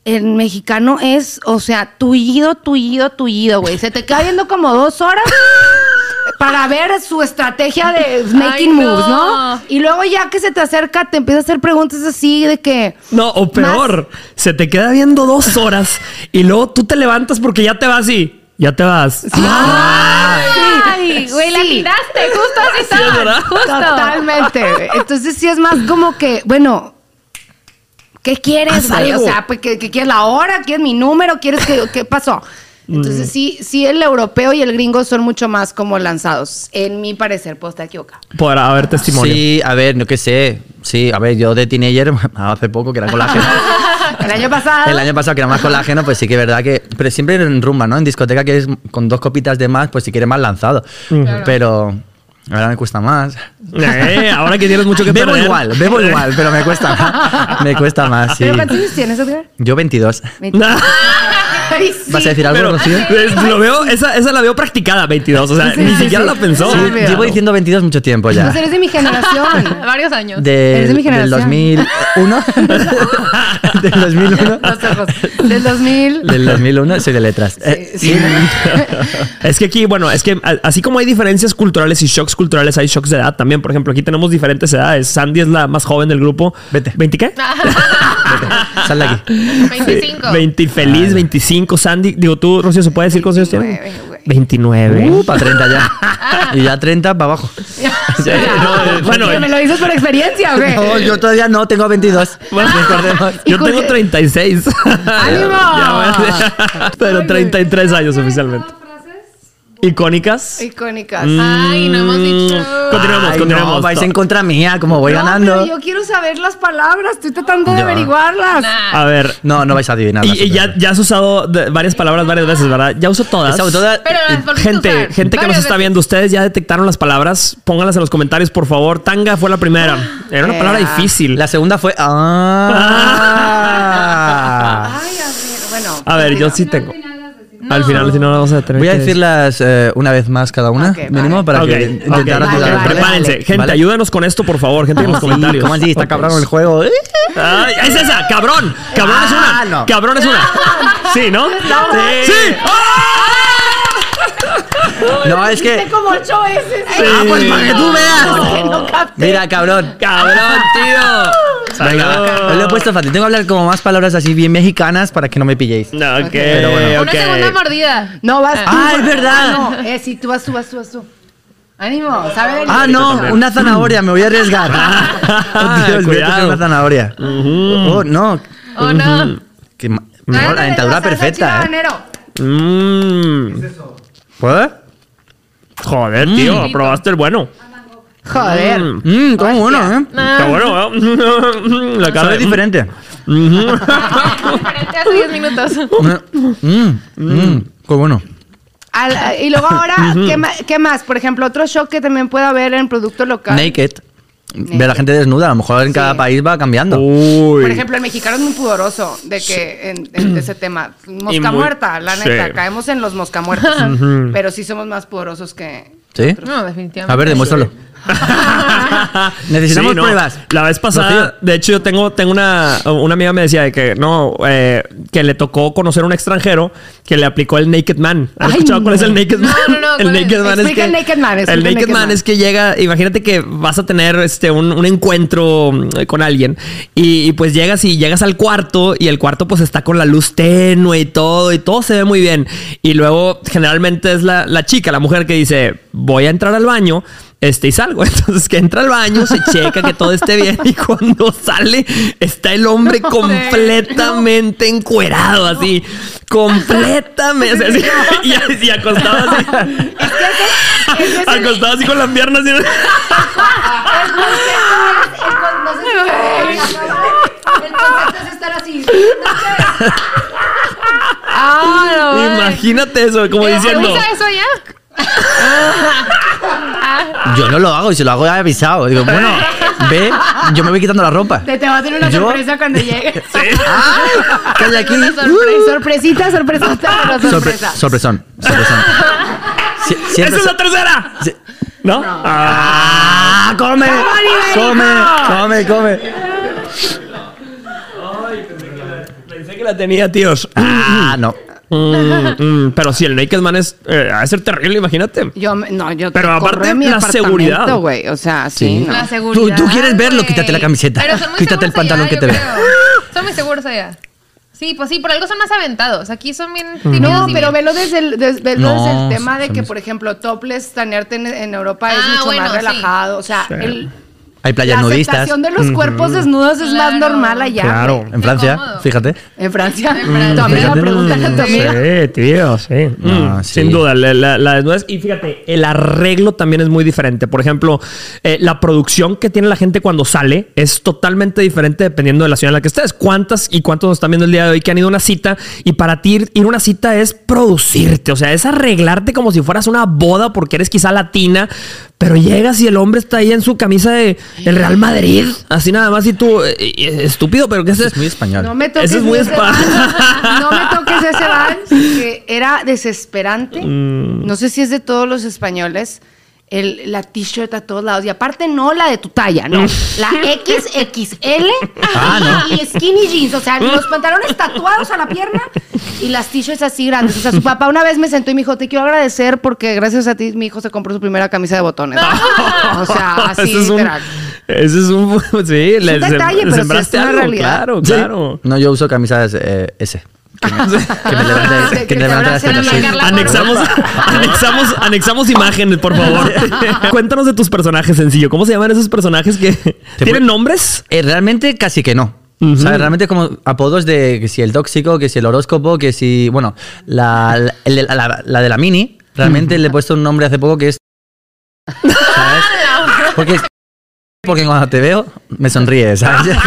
Speaker 3: El mexicano es, o sea, tullido, tullido, tullido, güey. Se te queda viendo como dos
Speaker 4: (laughs)
Speaker 3: horas para ver su estrategia de making
Speaker 4: Ay, no.
Speaker 3: moves, ¿no? Y luego ya que se te acerca, te empieza a hacer preguntas así de que...
Speaker 1: No, o peor, se te queda viendo dos horas
Speaker 2: Ah.
Speaker 1: y luego tú te levantas porque ya te vas y ya te vas.
Speaker 3: Ay,
Speaker 4: Ay, Güey, la
Speaker 3: Sí.
Speaker 4: tiraste, justo así
Speaker 1: Sí, es
Speaker 4: estaban,
Speaker 1: verdad.
Speaker 4: justo.
Speaker 3: Totalmente. güey. Entonces sí es más como que, bueno, ¿qué quieres,
Speaker 1: Haz
Speaker 3: güey? O
Speaker 1: algo.
Speaker 3: sea, pues, ¿qué, qué quieres la hora? ¿Quieres mi número? ¿Quieres que, qué pasó? Entonces sí, sí el europeo y el gringo son mucho más como lanzados. En mi parecer, puedo estar
Speaker 2: (laughs)
Speaker 3: equivocada.
Speaker 1: Podrá haber testimonio.
Speaker 2: Sí, a ver, no que sé. Sí, a ver, yo de teenager, (laughs) hace poco que era colágeno.
Speaker 3: El año pasado.
Speaker 2: El año pasado que era más colágeno, pues sí que es verdad que. Pero siempre en rumba, ¿no? En discoteca que es con dos copitas de más, pues si quieres más lanzado. Pero ahora me cuesta más.
Speaker 1: Eh, ahora que tienes mucho que
Speaker 2: Bebo
Speaker 1: perder. Eh.
Speaker 2: igual, bebo igual, pero me cuesta más. Me cuesta más, sí.
Speaker 3: ¿Pero cuántos años tienes, Edgar?
Speaker 2: Yo 22.
Speaker 1: (laughs) Nah,
Speaker 3: Ay, sí.
Speaker 2: ¿Vas a decir algo,
Speaker 1: (laughs) pero
Speaker 2: Rocío?
Speaker 1: es- lo veo, esa, esa la veo practicada, 22. O sea,
Speaker 3: Sí,
Speaker 1: ni
Speaker 3: sí,
Speaker 1: siquiera
Speaker 3: sí.
Speaker 1: la pensó.
Speaker 3: Sí,
Speaker 1: Sí,
Speaker 3: veo.
Speaker 2: Llevo diciendo 22 mucho tiempo ya.
Speaker 3: Pues eres de mi
Speaker 2: (laughs)
Speaker 3: generación.
Speaker 4: (laughs) Varios años.
Speaker 2: Del-
Speaker 3: Eres de mi
Speaker 2: del
Speaker 3: generación.
Speaker 2: 2001.
Speaker 3: (laughs)
Speaker 2: (laughs) del 2001.
Speaker 3: Los ojos. Del 2000.
Speaker 2: Del 2001 soy de letras. Eh,
Speaker 3: Sí, sí.
Speaker 1: (laughs) Es que aquí, bueno, es que a- así como hay diferencias culturales y shocks culturales, hay shocks de edad también. Por ejemplo, aquí tenemos diferentes edades. Sandy es la más joven del grupo.
Speaker 2: Vete.
Speaker 1: ¿20 qué?
Speaker 2: Sal de aquí.
Speaker 4: 25.
Speaker 1: 20 feliz, 25. Sandy, digo tú, Rocío, ¿se puede decir cuántos años tiene? 29. (laughs)
Speaker 3: 29, güey.
Speaker 2: Uh, para 30 ya. Y ya 30 para abajo.
Speaker 1: Sí,
Speaker 4: (laughs)
Speaker 1: no, eh, bueno,
Speaker 3: Porque me lo dices por
Speaker 2: (laughs)
Speaker 3: experiencia, güey.
Speaker 2: No, yo todavía no, tengo 22.
Speaker 1: Bueno, yo
Speaker 4: (laughs)
Speaker 3: Hijo,
Speaker 1: tengo
Speaker 3: que-
Speaker 1: 36. (laughs)
Speaker 3: ¡Ánimo!
Speaker 1: Ya, ya, (laughs) pero 33 años oficialmente. ¿Icónicas? Mm,
Speaker 3: Icónicas.
Speaker 2: Mm.
Speaker 4: Ay, no hemos dicho.
Speaker 1: Continuamos,
Speaker 2: Ay,
Speaker 1: continuamos.
Speaker 2: No, vais en contra mía, como voy
Speaker 3: No,
Speaker 2: ganando.
Speaker 3: pero yo quiero saber las palabras. Estoy tratando de
Speaker 2: Ya.
Speaker 3: averiguarlas.
Speaker 4: Nah.
Speaker 1: A ver.
Speaker 2: No, no vais Ah, a adivinar.
Speaker 1: Y, y ya, ya has usado de- varias palabras varias veces, ¿verdad? Ya uso todas.
Speaker 4: Pero
Speaker 2: Ah,
Speaker 4: las volviste a
Speaker 1: Gente, gente
Speaker 4: usar.
Speaker 1: que nos
Speaker 4: Varias
Speaker 1: está
Speaker 4: veces.
Speaker 1: viendo, ustedes ya detectaron las palabras. Pónganlas en los comentarios, por favor. Tanga fue la primera. Era una
Speaker 3: Ah.
Speaker 1: palabra difícil.
Speaker 2: La segunda fue.
Speaker 1: (laughs)
Speaker 2: Ah.
Speaker 3: Ay, a ver, bueno.
Speaker 1: A ver, yo sí tengo. Al final, si no, vamos a tener
Speaker 2: Voy a
Speaker 1: que
Speaker 2: decirlas eh, una vez más cada una,
Speaker 3: Ok,
Speaker 2: mínimo,
Speaker 3: vale.
Speaker 2: para
Speaker 1: Ok,
Speaker 2: que
Speaker 1: ok,
Speaker 2: intentar
Speaker 1: ok, ok,
Speaker 2: ayudar.
Speaker 3: vale,
Speaker 1: Prepárense.
Speaker 2: ¿Vale?
Speaker 1: Gente,
Speaker 2: ¿Vale?
Speaker 1: ayúdanos con esto, por favor. Gente, en los
Speaker 2: Sí,
Speaker 1: comentarios.
Speaker 2: ¿Cómo así? Está
Speaker 1: Ok.
Speaker 2: cabrón el juego. ¿eh?
Speaker 1: Ay, es esa, cabrón. Cabrón es
Speaker 2: Ah,
Speaker 1: una.
Speaker 2: no.
Speaker 1: Cabrón es una. Sí, ¿no? Sí. Sí.
Speaker 2: Ah, No, es que.
Speaker 3: Dijiste como ocho veces.
Speaker 2: Ah, pues para que tú
Speaker 3: No,
Speaker 2: veas.
Speaker 3: que (laughs) no capté.
Speaker 2: Mira, cabrón.
Speaker 1: Cabrón, tío.
Speaker 2: Venga, lo he puesto fácil. Tengo que hablar como más palabras así bien mexicanas para que no me pilléis.
Speaker 1: No, ok.
Speaker 2: Pero bueno.
Speaker 4: Una segunda mordida.
Speaker 3: No, vas tú.
Speaker 2: Ah, es
Speaker 3: porque-
Speaker 2: verdad.
Speaker 3: No, eh, sí, tú vas tú, vas tú, vas tú. Ánimo, ¿sabes?
Speaker 2: Ah, no, una zanahoria, me voy a arriesgar.
Speaker 1: (laughs)
Speaker 2: Oh,
Speaker 1: Ah,
Speaker 2: Dios, voy a
Speaker 1: cuidado.
Speaker 2: tener una zanahoria. Oh, no.
Speaker 4: ¿O no?
Speaker 2: Que ma- Ah, no, la dentadura perfecta, ¿eh?
Speaker 1: Mm. Mm.
Speaker 2: ¿Puedo?
Speaker 1: Joder, tío.
Speaker 4: Pito.
Speaker 1: Probaste el bueno.
Speaker 3: Joder.
Speaker 1: Mm.
Speaker 2: Mmm, como bueno, ¿eh?
Speaker 1: Está bueno, ¿eh? (laughs) La cara
Speaker 2: Sabe
Speaker 1: de
Speaker 2: diferente.
Speaker 4: (laughs) Diferente hace 10 minutos.
Speaker 1: Oh.
Speaker 2: Mmm, mmm,
Speaker 1: Mm.
Speaker 2: qué bueno.
Speaker 3: (laughs) Al- y luego ahora, ¿qué, ma- qué más? Por ejemplo, otro shock que también puede haber en producto local.
Speaker 2: Naked. Ver a la gente desnuda, a lo mejor en cada país va cambiando.
Speaker 1: Uy.
Speaker 3: Por
Speaker 1: (laughs)
Speaker 3: ejemplo, el mexicano es muy pudoroso de que en, en
Speaker 2: (clears throat)
Speaker 3: ese tema.
Speaker 1: Y
Speaker 3: Mosca
Speaker 1: muy-
Speaker 3: muerta, la neta,
Speaker 1: sí.
Speaker 3: caemos en los mosca muertos. pero sí somos más pudorosos que.
Speaker 2: ¿Sí?
Speaker 4: No, definitivamente.
Speaker 2: A ver, demuéstralo. Necesitamos
Speaker 1: Sí, no.
Speaker 2: pruebas.
Speaker 1: La vez pasada,
Speaker 2: Rocío.
Speaker 1: de hecho, yo tengo, tengo una, una amiga me decía de que no, eh, que le tocó conocer a un extranjero que le aplicó el Naked Man. ¿Has
Speaker 3: Ay,
Speaker 1: escuchado cuál es
Speaker 3: no.
Speaker 1: el Naked Man?
Speaker 4: No, no, no,
Speaker 1: el
Speaker 4: ¿cuál es?
Speaker 1: Naked Man es que.
Speaker 3: Explica el Naked Man, explica
Speaker 1: el Naked, man, es que llega, imagínate que vas a tener este, un, un encuentro eh, con alguien y, y pues llegas y llegas al cuarto y el cuarto pues está con la luz tenue y todo y todo se ve muy bien. Y luego generalmente es la, la chica, la mujer que dice, voy a entrar al baño este, y salgo. (laughs) Entonces, que entra al baño, se checa que todo esté bien y cuando sale, está el hombre completamente encuerado, así, completamente,
Speaker 3: (laughs)
Speaker 1: así, y, y acostado así,
Speaker 3: Ese es el-
Speaker 1: acostado así con las piernas. así.
Speaker 3: El concepto es- el con- no sé si se ve en la cámara, el concepto es estar así.
Speaker 4: Ah,
Speaker 2: (laughs)
Speaker 4: no, güey.
Speaker 1: Imagínate eso, como
Speaker 4: ¿Pero
Speaker 1: diciendo,
Speaker 4: ¿Se usa eso ya?
Speaker 2: Yo no lo hago y si lo hago ya he avisado. Digo, bueno, ve, yo me voy quitando la ropa.
Speaker 3: Te, te va a tener una
Speaker 2: ¿Yo?
Speaker 3: sorpresa cuando llegues.
Speaker 1: ¿eh?
Speaker 2: ¡Ah! ¿Qué hay aquí?
Speaker 4: Una
Speaker 3: Sorpre- sorpresita, sorpresota, pero
Speaker 2: Sorpre-
Speaker 3: sorpresa.
Speaker 2: sorpresón. Sorpresón. Sie-
Speaker 1: ¡esa
Speaker 2: siempre
Speaker 1: es la tercera!
Speaker 2: so- sie-
Speaker 1: ¿No? Ah.
Speaker 2: ¡Ah! ¡Come! ¡Come! ¡Come, come!
Speaker 1: Pensé que la tenía, tíos.
Speaker 2: Ah, no.
Speaker 1: Mm, mm, pero sí, el Naked Man es, eh, ha de ser terrible, imagínate.
Speaker 3: Yo, me- no, yo
Speaker 1: Pero
Speaker 3: corro
Speaker 1: aparte,
Speaker 3: de mi
Speaker 1: la
Speaker 3: apartamento,
Speaker 1: seguridad.
Speaker 3: güey. O sea,
Speaker 2: Sí.
Speaker 3: sí. no.
Speaker 4: La seguridad.
Speaker 2: Tú- tú quieres verlo,
Speaker 4: güey.
Speaker 2: quítate la camiseta.
Speaker 4: Pero son muy
Speaker 2: Quítate el
Speaker 4: seguros
Speaker 2: pantalón
Speaker 4: allá,
Speaker 2: que
Speaker 4: yo
Speaker 2: te ve.
Speaker 4: creo. Son muy seguros allá. Sí, pues sí, por algo son más aventados. Aquí son bien. tímidos
Speaker 3: No,
Speaker 4: y
Speaker 3: pero
Speaker 4: bien-
Speaker 3: velo desde el, des- velo
Speaker 2: No,
Speaker 3: desde el tema de
Speaker 2: se
Speaker 3: que,
Speaker 2: me-
Speaker 3: por ejemplo, topless, tanearte en, en Europa es
Speaker 4: Ah,
Speaker 3: mucho
Speaker 4: bueno,
Speaker 3: más
Speaker 4: sí.
Speaker 3: relajado. O sea, el-
Speaker 2: Hay playas
Speaker 3: la
Speaker 2: nudistas.
Speaker 3: aceptación de los cuerpos desnudos es más
Speaker 4: Claro.
Speaker 3: normal allá.
Speaker 1: Claro.
Speaker 3: güey.
Speaker 2: En Francia,
Speaker 4: cómodo.
Speaker 2: fíjate.
Speaker 3: En Francia.
Speaker 4: En Francia.
Speaker 3: Tu amiga,
Speaker 2: Fíjate.
Speaker 3: pregúntale a tu amiga.
Speaker 1: Sí, tío, sí.
Speaker 2: No,
Speaker 1: Mm,
Speaker 2: sí.
Speaker 1: Sin duda, la, la, la desnudez. Y fíjate, el arreglo también es muy diferente. Por ejemplo, eh, la producción que tiene la gente cuando sale es totalmente diferente dependiendo de la ciudad en la que estés. ¿Cuántas y cuántos nos están viendo el día de hoy que han ido a una cita? Y para ti ir, ir a una cita es producirte, o sea, es arreglarte como si fueras una boda porque eres quizá latina, pero llegas y el hombre está ahí en su camisa de el Real Madrid, así nada más y tú, eh, eh, estúpido, pero ¿qué es
Speaker 2: Es muy español.
Speaker 3: No me toques
Speaker 1: Ese es muy
Speaker 3: ese
Speaker 1: spa.
Speaker 3: van. (laughs) No me toques ese van, que era desesperante.
Speaker 1: Mm.
Speaker 3: No sé si es de todos los españoles. el- la t-shirt a todos lados. Y aparte, no la de tu talla,
Speaker 1: Mm.
Speaker 3: no. La
Speaker 1: (laughs)
Speaker 3: XXL
Speaker 2: Ah,
Speaker 3: y, y skinny jeans. O sea, los pantalones tatuados a la pierna y las t-shirts así grandes. O sea, su papá una vez me sentó y me dijo: Te quiero agradecer porque gracias a ti mi hijo se compró su primera camisa de
Speaker 1: (laughs)
Speaker 3: botones. (laughs) o sea, así
Speaker 1: Ese es un,
Speaker 3: literal.
Speaker 1: ese es un (laughs) sí, le sem-
Speaker 3: detalle, pero sí es
Speaker 1: sembraste
Speaker 3: una
Speaker 1: algo,
Speaker 3: realidad.
Speaker 1: claro,
Speaker 2: Sí.
Speaker 1: claro.
Speaker 2: No, yo uso camisas eh, S. Que
Speaker 1: (laughs)
Speaker 2: me,
Speaker 3: (laughs)
Speaker 2: que me
Speaker 3: Ah,
Speaker 2: levante,
Speaker 3: de-
Speaker 2: que
Speaker 3: que
Speaker 2: me
Speaker 3: te
Speaker 2: levante las
Speaker 3: abracen
Speaker 2: tetas.
Speaker 4: en la
Speaker 2: sí.
Speaker 4: cara.
Speaker 1: Anexamos, (laughs) anexamos, anexamos imágenes, por
Speaker 3: (laughs)
Speaker 1: favor. Cuéntanos de tus personajes, sencillo. ¿Cómo se llaman esos personajes que tienen
Speaker 3: (laughs)
Speaker 2: pu-
Speaker 1: nombres?
Speaker 2: Eh, realmente casi que no. O sea, realmente como apodos de que si el tóxico, que si el horóscopo, que si. Bueno, la, la- el de- la- la de la mini, realmente le he puesto un nombre hace poco que es.
Speaker 4: (laughs)
Speaker 2: ¿Sabes? Porque, porque cuando te veo, me sonríe, ¿sabes?
Speaker 1: No,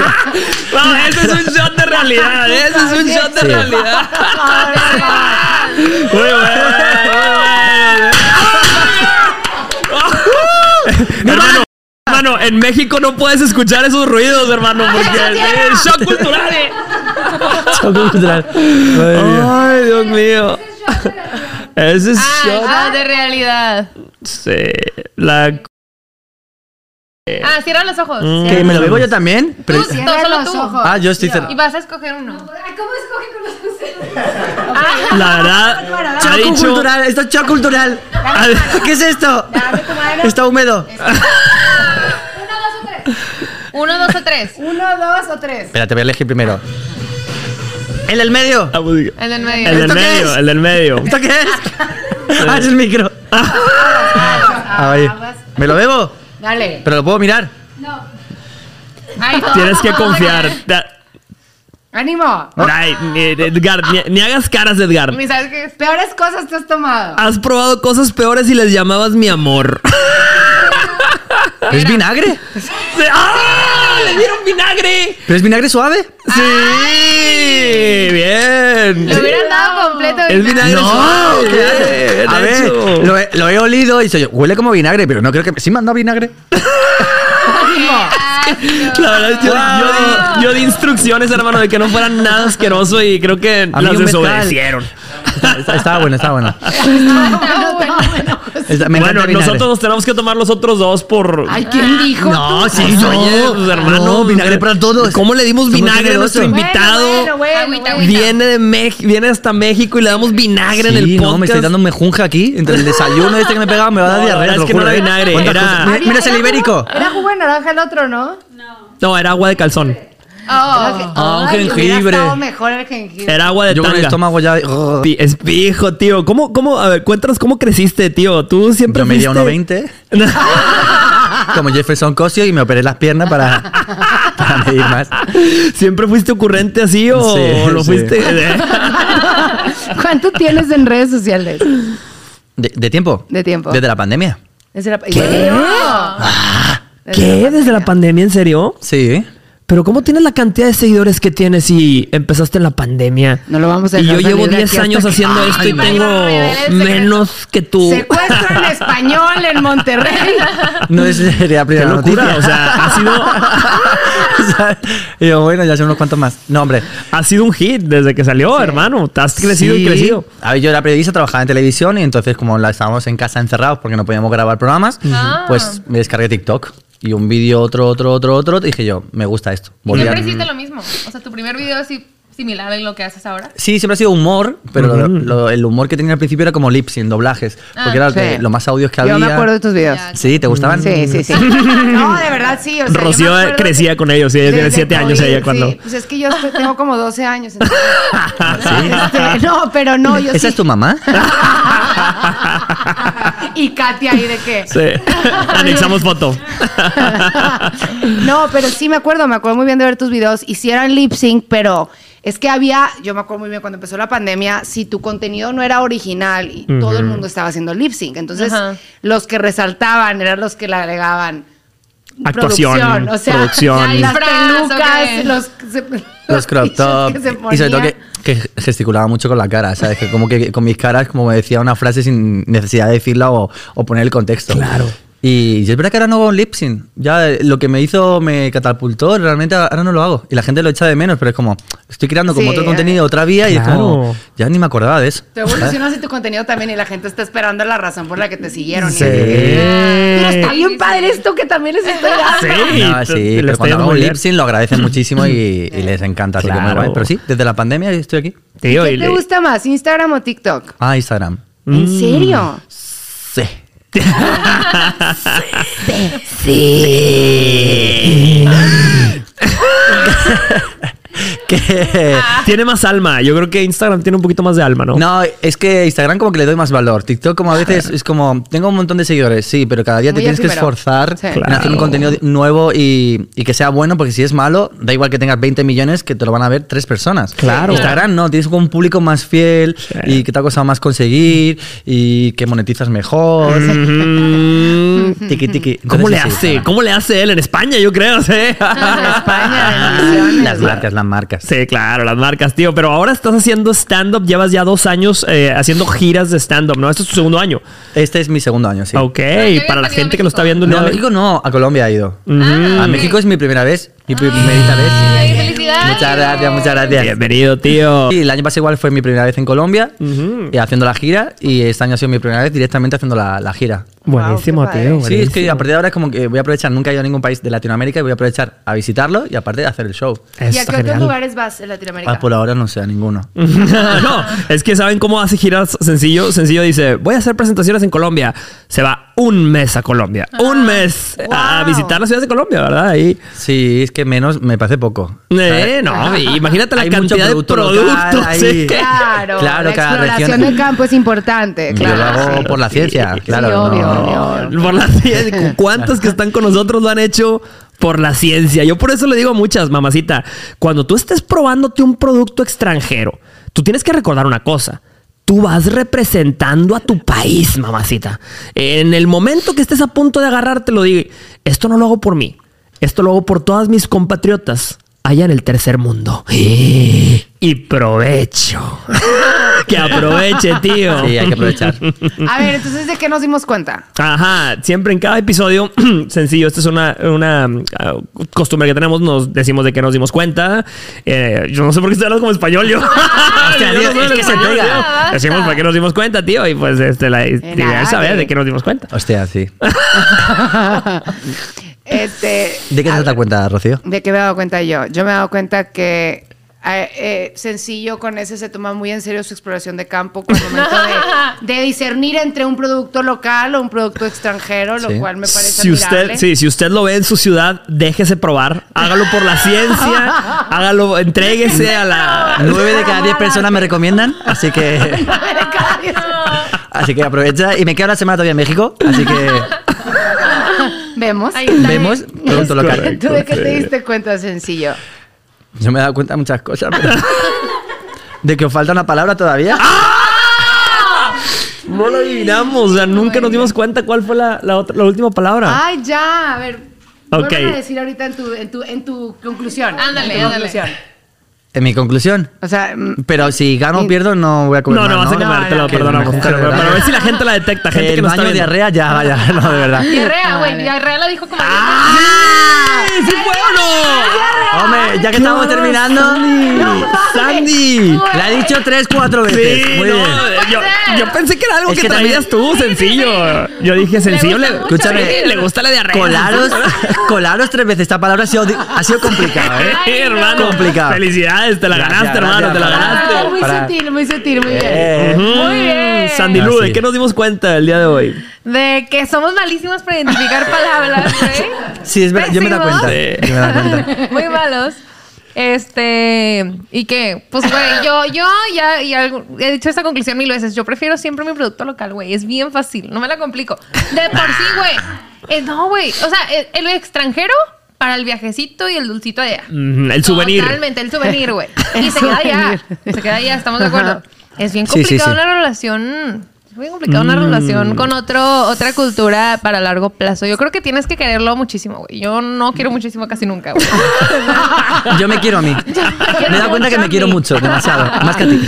Speaker 1: Ah, ese es un shot de realidad. Ese es un shot de
Speaker 2: Sí.
Speaker 1: realidad.
Speaker 3: Ay,
Speaker 1: Muy bueno, muy bueno. hermano, hermano, en México no puedes escuchar esos ruidos, hermano, porque es shock cultural. eh. Ay, Dios mío. Ese es
Speaker 4: (laughs) Ah,
Speaker 1: shot.
Speaker 4: ah, de realidad.
Speaker 1: Sí, la.
Speaker 2: Eh.
Speaker 4: Ah, cierra los ojos.
Speaker 2: que me lo bebo yo también. Pero,
Speaker 4: Tú, sí.
Speaker 3: Cierra
Speaker 4: solo
Speaker 3: los
Speaker 4: tú.
Speaker 3: ojos.
Speaker 2: ah, yo estoy
Speaker 4: Y
Speaker 2: cerrado.
Speaker 4: vas a escoger uno. Ah,
Speaker 5: Ay, ¿Cómo escoge con los pulseros? (laughs)
Speaker 1: La verdad. Ha dicho.
Speaker 2: cultural, esto es shock cultural.
Speaker 1: ha-
Speaker 2: ¿Qué es esto? Está húmedo.
Speaker 4: Uno, dos o tres.
Speaker 3: Uno, dos o tres.
Speaker 2: Espérate, voy a elegir primero. El del
Speaker 1: Ah.
Speaker 2: medio.
Speaker 4: El del medio.
Speaker 1: El del
Speaker 2: ¿Esto qué
Speaker 1: medio,
Speaker 2: es?
Speaker 1: el del
Speaker 4: (laughs)
Speaker 1: medio.
Speaker 2: ¿Esto qué es? Ah, es el micro. Ah, ahí. ¿Me lo bebo?
Speaker 3: Dale.
Speaker 2: ¿Pero lo puedo mirar?
Speaker 4: Ay, no.
Speaker 1: Tienes que confiar. Da-
Speaker 3: ¡Ánimo!
Speaker 1: Ay, eh, Edgar, ni, ni hagas caras, Edgar.
Speaker 4: Ni sabes qué es.
Speaker 3: Peores cosas te has tomado.
Speaker 1: Has probado cosas peores y les llamabas mi
Speaker 2: (laughs)
Speaker 1: amor.
Speaker 2: ¿Es vinagre?
Speaker 1: ¡Ah! ¡Le dieron vinagre!
Speaker 2: ¿Pero es vinagre suave?
Speaker 1: ¡Sí!
Speaker 4: Lo
Speaker 1: ¡Bien!
Speaker 4: hubieran dado completo.
Speaker 1: Es vinagre. suave. Bien,
Speaker 2: A ver,
Speaker 1: Nacho.
Speaker 2: lo he, lo he olido y se huele como vinagre, pero no creo que... ¿Sí mandó vinagre?
Speaker 1: La verdad, yo, yo di, yo di instrucciones, hermano, de que no fuera nada asqueroso y creo que
Speaker 2: A mí
Speaker 1: las
Speaker 2: un mezcal.
Speaker 1: desobedecieron.
Speaker 2: Está- está- Estaba bueno, estaba bueno. Está- me
Speaker 1: Bueno,
Speaker 2: encanta el vinagre.
Speaker 1: nosotros nos tenemos que tomar los otros dos por.
Speaker 3: Ay, ¿quién dijo?
Speaker 2: No,
Speaker 3: tú?
Speaker 2: sí,
Speaker 1: Oye,
Speaker 2: no,
Speaker 1: pues, hermano.
Speaker 2: no, vinagre para todos.
Speaker 1: ¿Cómo le dimos
Speaker 2: Somos
Speaker 1: vinagre a nuestro
Speaker 2: generosos.
Speaker 1: invitado?
Speaker 3: Bueno, bueno, bueno,
Speaker 4: Agüita,
Speaker 3: bueno.
Speaker 4: agüita.
Speaker 1: Viene de Mex- viene hasta México y le damos vinagre en el
Speaker 2: Sí,
Speaker 1: podcast.
Speaker 2: no, me estoy dando un mejunje aquí. Entre el desayuno este que me pegaba me va a dar
Speaker 1: No, la
Speaker 2: diarrea.
Speaker 1: verdad
Speaker 2: te lo
Speaker 1: es que no
Speaker 2: juro,
Speaker 1: era
Speaker 2: ¿eh?
Speaker 1: vinagre,
Speaker 2: ¿Cuántas
Speaker 1: era-
Speaker 2: cosas? Mira, mira ese ibérico.
Speaker 3: Era jugo de naranja el otro, ¿no?
Speaker 1: No, era agua de calzón.
Speaker 4: Oh.
Speaker 2: Ah, un
Speaker 3: Ay, hubiera
Speaker 2: jengibre.
Speaker 3: estado mejor el jengibre.
Speaker 1: Era agua de
Speaker 2: Yo con el
Speaker 1: tanga.
Speaker 2: estómago ya. oh, Grrr.
Speaker 1: Pi- Es pijo, tío. ¿Cómo, cómo? A ver, cuéntanos cómo creciste, tío. Tú siempre.
Speaker 2: Yo medía
Speaker 1: fuiste- (laughs)
Speaker 2: 1,20. Como Jefferson Cosio y me operé las piernas para, (laughs) para medir más.
Speaker 1: ¿Siempre fuiste ocurrente así o
Speaker 2: Sí,
Speaker 1: lo
Speaker 2: sí. (laughs)
Speaker 1: fuiste?
Speaker 3: ¿Cuánto tienes en redes sociales?
Speaker 2: ¿De, de tiempo?
Speaker 3: De tiempo.
Speaker 2: Desde la pandemia.
Speaker 3: Desde la-
Speaker 1: ¿Qué? ¿Desde la pandemia, en serio?
Speaker 2: Sí.
Speaker 1: Pero ¿cómo tienes la cantidad de seguidores que tienes y empezaste en la pandemia?
Speaker 3: No lo vamos a
Speaker 1: Y
Speaker 3: dejar
Speaker 1: yo
Speaker 3: salir
Speaker 1: llevo
Speaker 3: de
Speaker 1: 10
Speaker 3: aquí hasta
Speaker 1: años
Speaker 3: que-
Speaker 1: haciendo
Speaker 4: Ay,
Speaker 1: esto y
Speaker 4: no.
Speaker 1: tengo
Speaker 4: Revelar el secreto.
Speaker 1: menos que tú.
Speaker 3: Secuestro en español en Monterrey.
Speaker 2: No es la
Speaker 1: Qué locura,
Speaker 2: primera noticia.
Speaker 1: o sea, ha sido,
Speaker 2: O sea, (laughs) y yo, bueno, ya son unos cuantos más. No, hombre.
Speaker 1: ha sido un hit desde que salió, hermano. Te has crecido
Speaker 2: Sí.
Speaker 1: y crecido.
Speaker 2: A ver, yo era periodista, trabajaba en televisión y entonces como la estábamos en casa encerrados porque no podíamos grabar programas,
Speaker 4: Ah.
Speaker 2: pues me descargué TikTok y un vídeo, otro, otro, otro, otro, y dije yo, me gusta esto. Volví a-
Speaker 4: Siempre hiciste lo mismo. O sea, tu primer video sí, sí similar a lo que haces ahora?
Speaker 2: Sí, siempre ha sido humor, pero lo- lo- el humor que tenía al principio era como lips en doblajes.
Speaker 4: Ah,
Speaker 2: Porque era lo
Speaker 3: sí.
Speaker 2: que- lo más audios que
Speaker 3: Yo
Speaker 2: había.
Speaker 3: me acuerdo de tus videos.
Speaker 4: Ya.
Speaker 2: Sí, ¿te gustaban?
Speaker 3: Sí, sí,
Speaker 2: (laughs)
Speaker 3: sí. No, de verdad sí. O sea, yo me
Speaker 1: Rocío
Speaker 3: acuerdo
Speaker 1: crecía
Speaker 3: que
Speaker 1: con ellos, sí, ella tiene
Speaker 3: desde
Speaker 1: 7 años
Speaker 3: COVID,
Speaker 1: ella cuando.
Speaker 3: sí. Pues es que yo estoy- tengo como 12
Speaker 1: (laughs)
Speaker 3: años. entonces-
Speaker 1: Ah,
Speaker 3: Este, no, pero no, yo
Speaker 2: ¿Esa
Speaker 3: sí.
Speaker 2: es tu mamá?
Speaker 3: (laughs) y Katia ahí de qué.
Speaker 1: Sí. Anexamos foto.
Speaker 3: no, pero sí me acuerdo, me acuerdo muy bien de ver tus videos. Hicieron lip sync, pero es que había, yo me acuerdo muy bien cuando empezó la pandemia, si tu contenido no era original y todo el mundo estaba haciendo lip sync. Entonces,
Speaker 4: Ajá.
Speaker 3: los que resaltaban eran los que le agregaban.
Speaker 1: Actuación,
Speaker 3: producción, o sea,
Speaker 1: producción.
Speaker 3: las
Speaker 4: Disfraz,
Speaker 3: pelucas,
Speaker 4: ok.
Speaker 3: los, (laughs)
Speaker 2: Los crop top.
Speaker 3: que se
Speaker 2: Y sobre todo que,
Speaker 3: ponían.
Speaker 2: que gesticulaba mucho con la cara, ¿sabes? Que como que con mis caras, como me decía una frase sin necesidad de decirla o, o poner el contexto. Claro. Y y es verdad que ahora no hago un lip sync. Ya eh, lo que me hizo me catapultó, realmente ahora no lo hago. Y la gente lo echa de menos, pero es como, estoy creando como
Speaker 3: Sí,
Speaker 2: otro
Speaker 3: eh.
Speaker 2: contenido, otra vía, y es
Speaker 1: Claro.
Speaker 2: como, ya ni me acordaba de eso.
Speaker 3: Tú
Speaker 2: (laughs)
Speaker 3: evolucionas en tu contenido también y la gente está esperando la razón por la que te siguieron. y-
Speaker 1: Sí.
Speaker 3: Pero está bien
Speaker 4: Sí,
Speaker 3: padre esto que también les estoy dando.
Speaker 1: Sí, (laughs)
Speaker 2: No,
Speaker 1: te-
Speaker 2: sí,
Speaker 1: te
Speaker 2: pero
Speaker 1: está
Speaker 2: cuando
Speaker 1: yendo
Speaker 2: hago
Speaker 1: muy
Speaker 2: un
Speaker 1: bien.
Speaker 2: lip sync lo agradecen muchísimo y,
Speaker 3: (laughs)
Speaker 2: y les encanta. Así que muy
Speaker 1: Claro.
Speaker 2: guay. Pero sí, desde la pandemia estoy aquí.
Speaker 1: Tío, y
Speaker 3: ¿Qué te
Speaker 1: le-
Speaker 3: gusta más, Instagram o TikTok?
Speaker 2: Ah, Instagram.
Speaker 3: ¿En serio?
Speaker 2: Sí.
Speaker 1: (laughs) Sí.
Speaker 2: Que-
Speaker 1: Tiene más alma. Yo creo que Instagram tiene un poquito más de alma, ¿no?
Speaker 2: No, es que Instagram como que le doy más valor. TikTok como a veces es como, tengo un montón de seguidores, sí, pero cada día te
Speaker 3: Muy
Speaker 2: tienes que
Speaker 3: efímero.
Speaker 2: esforzar
Speaker 3: Sí.
Speaker 2: en
Speaker 1: Claro.
Speaker 2: hacer un contenido nuevo y, y que sea bueno, porque si es malo, da igual que tengas 20 millones que te lo van a ver tres personas.
Speaker 1: Claro.
Speaker 2: Instagram no, tienes como un público más fiel y que te ha costado más conseguir y que monetizas mejor.
Speaker 1: Mm.
Speaker 2: Tiki, tiki.
Speaker 1: ¿Cómo
Speaker 2: Entonces,
Speaker 1: le
Speaker 2: sí,
Speaker 1: hace?
Speaker 2: Instagram.
Speaker 1: ¿Cómo le hace él en España? Yo creo, (laughs) sí.
Speaker 3: En España, en Misiones.
Speaker 2: Las marcas, las marcas.
Speaker 1: Sí, claro, las marcas, tío. Pero ahora estás haciendo stand-up. Llevas ya dos años eh, haciendo giras de stand-up, ¿no? Este es tu segundo año.
Speaker 2: Este es mi segundo año, sí.
Speaker 1: Ok,
Speaker 4: habían
Speaker 1: para la
Speaker 4: venido a
Speaker 1: gente que lo está
Speaker 4: México.
Speaker 1: viendo. el
Speaker 2: No, a
Speaker 1: día de hoy.
Speaker 2: México no, a Colombia he ido.
Speaker 4: Ah,
Speaker 2: A
Speaker 4: ok.
Speaker 3: Mm.
Speaker 2: México es mi primera vez, mi primerita vez.
Speaker 4: Ay, felicidades.
Speaker 2: Muchas gracias, muchas gracias.
Speaker 1: Bienvenido, tío.
Speaker 2: Sí, el año pasado igual fue mi primera vez en Colombia y haciendo la gira y este año ha sido mi primera vez directamente haciendo la, la gira.
Speaker 1: Buenísimo,
Speaker 3: Wow, qué
Speaker 1: tío.
Speaker 2: Sí, es
Speaker 1: buenísimo.
Speaker 2: que a partir de ahora es como que voy a aprovechar, nunca he ido a ningún país de Latinoamérica y voy a aprovechar a visitarlo y aparte de hacer el show.
Speaker 3: ¿Y a
Speaker 1: Está
Speaker 3: qué otros
Speaker 2: (laughs)
Speaker 1: genial.
Speaker 3: lugares vas en Latinoamérica?
Speaker 2: Ah, por ahora no sé a ninguno.
Speaker 1: (laughs) no, es que saben cómo hace giras sencillo. Sencillo dice, voy a hacer presentaciones en Colombia. Se va un mes a Colombia.
Speaker 3: Ah.
Speaker 1: un mes a
Speaker 3: wow.
Speaker 1: visitar las ciudades de Colombia, ¿verdad? Ahí.
Speaker 2: Sí, es que menos me parece poco.
Speaker 1: Eh, no, y imagínate la
Speaker 2: Hay mucho
Speaker 1: cantidad de
Speaker 2: producto
Speaker 1: productos.
Speaker 2: local ahí.
Speaker 1: es que-
Speaker 3: Claro,
Speaker 2: Claro,
Speaker 3: la
Speaker 2: cada
Speaker 3: exploración
Speaker 2: región-
Speaker 3: de campo es importante.
Speaker 2: Yo lo
Speaker 3: Claro,
Speaker 2: hago
Speaker 3: sí.
Speaker 2: por la ciencia, claro.
Speaker 3: obvio,
Speaker 2: no.
Speaker 3: obvio.
Speaker 1: Por la
Speaker 2: (laughs)
Speaker 1: ciencia. ¿Cuántas que están con nosotros lo han hecho por la ciencia? Yo por eso le digo a muchas, mamacita, cuando tú estés probándote un producto extranjero, tú tienes que recordar una cosa. Tú vas representando a tu país, mamacita. En el momento que estés a punto de agarrarte, lo digo, esto no lo hago por mí, esto lo hago por todas mis compatriotas allá en el tercer mundo. Y
Speaker 2: (laughs)
Speaker 1: provecho. que aproveche, tío.
Speaker 2: Sí, hay que aprovechar.
Speaker 3: A ver, entonces, ¿de qué nos dimos cuenta?
Speaker 1: Ajá, siempre en cada episodio, (clears throat) sencillo, esta es una, una ah, costumbre que tenemos, nos decimos de que nos dimos cuenta. Eh, yo no sé por qué estoy hablando como español (laughs) yo. Yo
Speaker 2: tío,
Speaker 1: soy
Speaker 2: es
Speaker 1: del
Speaker 2: que se
Speaker 1: español,
Speaker 2: pega.
Speaker 1: tío.
Speaker 4: Basta.
Speaker 1: Decimos para qué nos dimos cuenta, tío, y pues este, la idea
Speaker 3: nada,
Speaker 1: es saber
Speaker 3: güey.
Speaker 1: de qué nos dimos cuenta.
Speaker 2: Hostia, sí.
Speaker 3: Este,
Speaker 2: ¿De qué se da cuenta, Rocío?
Speaker 3: ¿De qué me he dado cuenta yo? Yo me he dado cuenta que eh, eh, Sencillo con ese se toma muy en serio su exploración de campo con el momento de, de discernir entre un producto local o un producto extranjero, lo
Speaker 2: Sí.
Speaker 3: cual me parece
Speaker 1: Si
Speaker 3: admirable.
Speaker 1: usted,
Speaker 3: (laughs)
Speaker 1: sí, si usted lo ve en su ciudad, déjese probar, hágalo por la (laughs) ciencia, hágalo, entréguese a la...
Speaker 2: Nueve de cada diez personas me recomiendan, así
Speaker 3: (laughs)
Speaker 2: que... Así que aprovecha y me queda una semana todavía en México, así que
Speaker 3: (laughs) Vemos.
Speaker 4: Ahí está.
Speaker 2: vemos pronto lo que
Speaker 3: ¿Tú de qué te diste cuenta, Sencillo?
Speaker 2: Yo me he dado cuenta de muchas cosas, pero... De que os falta una palabra todavía.
Speaker 1: No lo adivinamos, o sea, nunca nos dimos cuenta cuál fue la, la otra- la última palabra.
Speaker 3: Ay, ya, a ver.
Speaker 1: Ok.
Speaker 3: ¿Qué a decir ahorita en tu, en tu, en tu conclusión?
Speaker 4: Ándale,
Speaker 3: En tu
Speaker 4: ándale.
Speaker 3: conclusión.
Speaker 2: En mi conclusión.
Speaker 3: O sea, mm,
Speaker 2: Pero si gano o pierdo, no voy a comer
Speaker 1: No, no
Speaker 2: mal,
Speaker 1: vas a
Speaker 3: No,
Speaker 1: comértelo,
Speaker 3: no, que-
Speaker 1: perdonamos.
Speaker 2: que-
Speaker 1: Pero, pero- pero a ver si la gente la detecta, gente
Speaker 2: el
Speaker 1: que no está
Speaker 2: baño de
Speaker 1: viendo.
Speaker 2: diarrea ya, vaya, (laughs) no,
Speaker 1: (laughs)
Speaker 2: de verdad.
Speaker 4: Diarrea, güey. Diarrea la dijo como.
Speaker 1: ¡Ah! ¡Sí fue o no!
Speaker 2: Hombre, ya que estamos
Speaker 1: Dios,
Speaker 2: terminando.
Speaker 1: ¡Sandy!
Speaker 2: La he dicho tres, cuatro veces.
Speaker 1: Sí,
Speaker 2: Muy
Speaker 1: no, eh,
Speaker 2: bien.
Speaker 1: yo, yo pensé que era algo
Speaker 2: Es
Speaker 1: que,
Speaker 2: que
Speaker 1: traías tú, sencillo. Yo dije, sencillo, le,
Speaker 4: gusta mucho,
Speaker 1: escúchame,
Speaker 4: sí.
Speaker 1: le gusta la diarrea.
Speaker 2: Colaros, colaros tres veces. Esta palabra ha sido, di- ha sido complicada, ¿eh?
Speaker 1: Eh, hermano,
Speaker 2: Complicado.
Speaker 1: Felicidades, Felicidades, te la
Speaker 2: Gracias,
Speaker 1: ganaste, hermano,
Speaker 2: gracias,
Speaker 1: te la
Speaker 2: para-
Speaker 1: ganaste.
Speaker 3: Ay, Ah, muy
Speaker 2: Para-
Speaker 3: sutil, muy sutil, muy bien.
Speaker 2: Eh,
Speaker 1: Muy bien. Sandy Lu, ¿de
Speaker 2: Así
Speaker 1: qué
Speaker 2: es.
Speaker 1: nos dimos cuenta el día de hoy?
Speaker 4: De que somos malísimos para identificar palabras, güey.
Speaker 2: Sí, es verdad, yo me da
Speaker 4: Pésimos.
Speaker 2: cuenta.
Speaker 1: Sí.
Speaker 2: Yo me da cuenta.
Speaker 4: (laughs) Muy malos. Este, y que, pues, güey, yo, yo ya, ya he dicho esta conclusión mil veces. Yo prefiero siempre mi producto local, güey. Es bien fácil, no me la complico. De por sí, güey. Eh, no, güey. O sea, el, el extranjero para el viajecito y el dulcito allá.
Speaker 1: Mm, El souvenir.
Speaker 4: Totalmente, el
Speaker 2: (laughs)
Speaker 4: souvenir, güey. Y
Speaker 3: El
Speaker 4: se queda allá.
Speaker 3: souvenir.
Speaker 4: Se queda allá, estamos de acuerdo. Es bien
Speaker 2: Sí, sí,
Speaker 4: complicado
Speaker 2: sí. Mm.
Speaker 4: una relación. Es bien complicado una relación con otro, otra cultura para largo plazo. Yo creo que tienes que quererlo muchísimo, güey. Yo no quiero muchísimo casi nunca, güey.
Speaker 2: (laughs) Yo me quiero a mí. Me da cuenta que me quiero mucho, demasiado. (laughs) Más que a ti.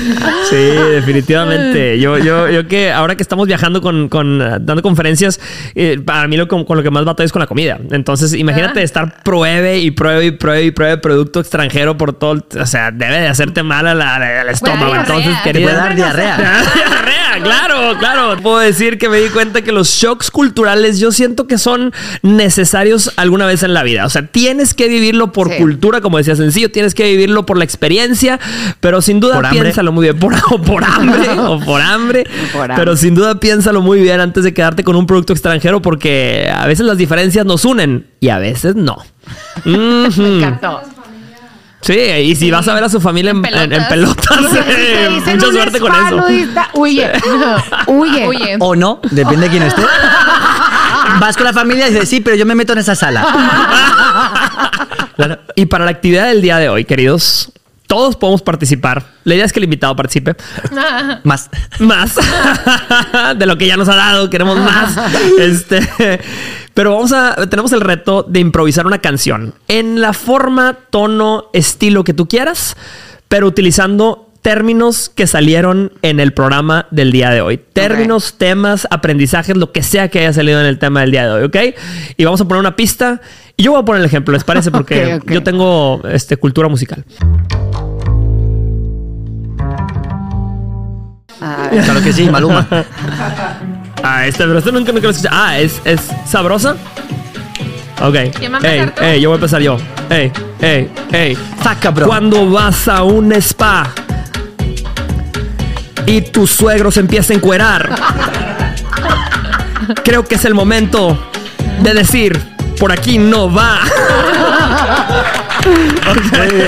Speaker 1: Sí, definitivamente. Yo, yo, yo que ahora que estamos viajando con, con eh, dando conferencias, eh, para mí lo con, con lo que más batallo es con la comida. Entonces, imagínate
Speaker 4: Ah.
Speaker 1: estar pruebe y pruebe y pruebe y pruebe producto extranjero por todo. el- O sea, debe de hacerte mal a la- al estómago.
Speaker 4: diarrea.
Speaker 1: Entonces,
Speaker 4: Te
Speaker 2: Te
Speaker 1: querida.
Speaker 2: puede dar diarrea.
Speaker 1: Diarrea, claro, claro. Puedo decir que me di cuenta que los shocks culturales yo siento que son necesarios alguna vez en la vida. O sea, tienes que vivirlo por
Speaker 3: Sí.
Speaker 1: cultura, como decía Sencillo, tienes que vivirlo por la experiencia, pero sin duda
Speaker 2: Por hambre.
Speaker 1: piénsalo muy bien, por, (laughs) o por hambre, o por hambre,
Speaker 3: Por hambre.
Speaker 1: pero sin duda piénsalo muy bien antes de quedarte con un producto extranjero porque a veces las diferencias nos unen y a veces no.
Speaker 3: Me encantó.
Speaker 1: Sí, y si vas a ver a su familia en,
Speaker 4: En
Speaker 1: en- en
Speaker 4: pelotas.
Speaker 1: pelotas, (laughs)
Speaker 3: Te
Speaker 1: eh,
Speaker 3: dicen
Speaker 1: mucha
Speaker 3: un
Speaker 1: suerte con
Speaker 3: spa
Speaker 1: eso.
Speaker 3: nudista,
Speaker 4: (laughs)
Speaker 3: Huye, huye.
Speaker 4: Oye,
Speaker 2: O no, depende de quién (laughs) esté. Vas con la familia y dices, sí, pero yo me meto en esa sala.
Speaker 1: Claro. Y para la actividad del día de hoy, queridos, todos podemos participar. La idea es que el invitado participe
Speaker 2: Más.
Speaker 1: más (laughs) de lo que ya nos ha dado. Queremos
Speaker 3: (laughs)
Speaker 1: más. Este, pero vamos a tenemos el reto de improvisar una canción en la forma, tono, estilo que tú quieras, pero utilizando términos que salieron en el programa del día de hoy. Términos, temas, aprendizajes, lo que sea que haya salido en el tema del día de hoy, ¿ok? Y vamos a poner una pista. Y yo voy a poner el ejemplo, ¿les
Speaker 3: (laughs)
Speaker 1: parece? Porque
Speaker 3: Ok, ok.
Speaker 1: yo tengo este, cultura musical.
Speaker 3: Ay,
Speaker 2: Claro que sí, Maluma.
Speaker 1: Ah, esta, pero esta nunca, nunca lo escuché. Ah, ¿es, es sabrosa? Ok.
Speaker 4: ¿Quién va a empezar
Speaker 1: Ey,
Speaker 4: tú?
Speaker 1: ey, yo voy a empezar yo. Ey, ey, ey.
Speaker 2: Saca, bro.
Speaker 1: Cuando vas a un spa y tus suegros empiezan a encuerar,
Speaker 4: (laughs)
Speaker 1: creo que es el momento de decir, por aquí no va. (laughs) Ok.
Speaker 2: Muy bien, muy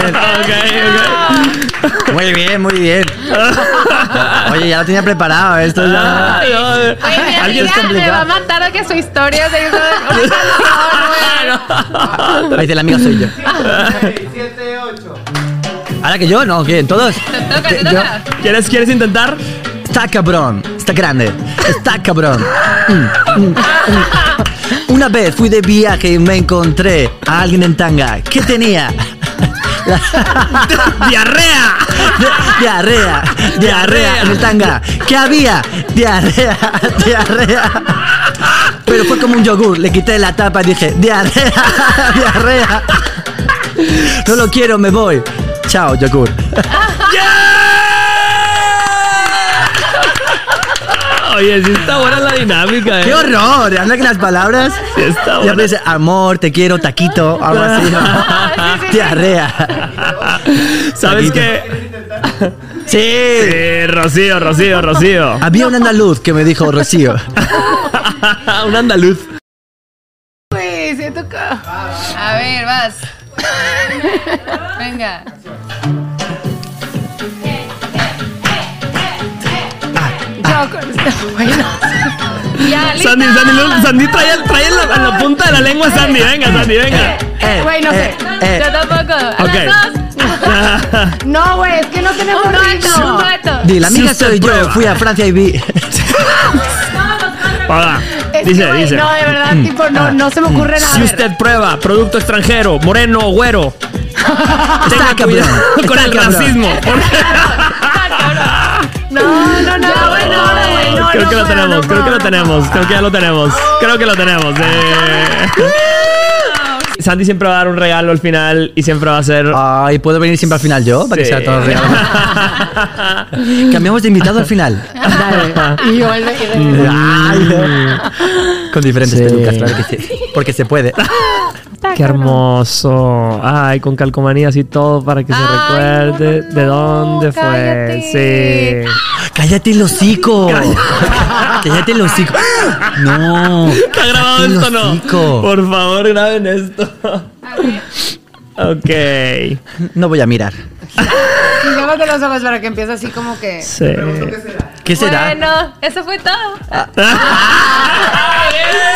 Speaker 2: bien.
Speaker 1: Ok, ok.
Speaker 2: Muy bien, muy bien. Oye, ya lo tenía preparado. Esto ya.
Speaker 1: Ay, ay.
Speaker 4: Oye, mi
Speaker 2: (laughs) Alguien es
Speaker 4: amiga me va a
Speaker 2: complicado.
Speaker 4: matar a que su historia se hizo
Speaker 2: (laughs)
Speaker 4: una canción, güey.
Speaker 2: Ahí dice la amiga soy yo. Ahora que yo, no, ¿quién? ¿Todos?
Speaker 4: Te toca, te
Speaker 2: Yo-
Speaker 4: toca.
Speaker 1: (laughs) ¿Quieres, ¿Quieres
Speaker 4: (laughs)
Speaker 1: intentar?
Speaker 2: Está cabrón, está grande, está cabrón. Mm, mm, mm. Una vez fui de viaje y me encontré a alguien en tanga. ¿Qué tenía?
Speaker 1: ¡Diarrea!
Speaker 2: Di- Diarrea, diarrea en el tanga. ¿Qué había? Diarrea, (laughs) diarrea. Pero fue como un yogur, le quité la tapa y dije, diarrea, (laughs) diarrea. No lo quiero, me voy. Chao, yogur.
Speaker 1: Oye, sí está buena la dinámica, eh.
Speaker 2: ¡Qué horror! Anda que las palabras.
Speaker 1: Sí, está
Speaker 2: Ya
Speaker 1: buena.
Speaker 2: parece amor, te quiero,
Speaker 1: (laughs)
Speaker 2: taquito, algo así. ¿no? (laughs) Diarrea.
Speaker 1: ¿Sabes
Speaker 2: Saquito.
Speaker 1: qué?
Speaker 2: Sí.
Speaker 1: Eh, Rocío, Rocío,
Speaker 2: (laughs)
Speaker 1: Rocío.
Speaker 2: Había un andaluz que me
Speaker 1: (laughs)
Speaker 2: dijo, Rocío.
Speaker 1: Eh, Un andaluz.
Speaker 3: güey, siento que-
Speaker 4: A ver, vas. Venga.
Speaker 3: Yo con esta- güey, no.
Speaker 4: Ya, lista.
Speaker 1: Sandy, Sandy, Lu- Sandy, trae, el- trae en, la, en la punta de la lengua, Sandy. Venga, Sandy, venga.
Speaker 2: Eh,
Speaker 3: Güey, no sé.
Speaker 2: eh,
Speaker 1: pues,
Speaker 2: eh.
Speaker 4: Yo tampoco. A
Speaker 1: Ok.
Speaker 4: las dos.
Speaker 3: No, güey, es que no tenemos
Speaker 4: Un
Speaker 3: ritmo.
Speaker 4: reto, un reto.
Speaker 2: Di, la
Speaker 1: Si
Speaker 2: amiga
Speaker 1: usted
Speaker 2: soy yo,
Speaker 1: prueba.
Speaker 2: fui a
Speaker 1: (laughs)
Speaker 2: Francia y vi.
Speaker 1: Hola.
Speaker 3: Es que,
Speaker 1: Dice,
Speaker 3: güey,
Speaker 1: dice.
Speaker 3: No, de verdad, tipo, no, no se me ocurre nada.
Speaker 1: Si usted prueba producto extranjero, moreno o güero, tenga
Speaker 2: Está cabrón.
Speaker 1: cuidado (laughs) con
Speaker 2: está
Speaker 1: el
Speaker 2: cabrón.
Speaker 1: racismo.
Speaker 3: (laughs) No, no, no,
Speaker 4: Ya,
Speaker 3: güey, no,
Speaker 4: bueno,
Speaker 3: güey, no,
Speaker 1: creo
Speaker 3: no
Speaker 1: que lo
Speaker 3: puedo, no
Speaker 1: tenemos, creo que lo
Speaker 3: puedo.
Speaker 1: tenemos, creo que ya lo tenemos, creo que lo tenemos. (laughs) eh. Sandy siempre va a dar un regalo al final y siempre va a ser.
Speaker 2: Ay, ¿puedo venir siempre al final yo? Ah, Para que
Speaker 1: Sí.
Speaker 2: sea todo real. Cambiamos de invitado al final.
Speaker 3: Dale. Y yo el de- y de-
Speaker 2: Ay, Con diferentes
Speaker 1: Sí.
Speaker 2: pelucas, claro que sí. Porque se puede.
Speaker 4: está.
Speaker 1: (laughs) Qué
Speaker 4: cabrón.
Speaker 1: hermoso. Ay, con calcomanías y todo para que se
Speaker 4: Ay,
Speaker 1: recuerde
Speaker 4: no, no,
Speaker 1: de
Speaker 4: no,
Speaker 1: dónde
Speaker 4: cállate.
Speaker 1: fue. Sí.
Speaker 2: ¡Cállate
Speaker 1: (laughs)
Speaker 2: el hocico! ¡Cállate el hocico! ¡No!
Speaker 1: ¿Está grabado
Speaker 2: ¡Cállate el
Speaker 1: esto no?
Speaker 2: hocico!
Speaker 1: Por favor, graben esto. ok.
Speaker 2: No voy a mirar.
Speaker 3: Y llévate los ojos para que empiece así como que.
Speaker 1: Sí.
Speaker 2: ¿Qué será?
Speaker 4: Bueno, eso fue todo.
Speaker 1: Ah. (laughs)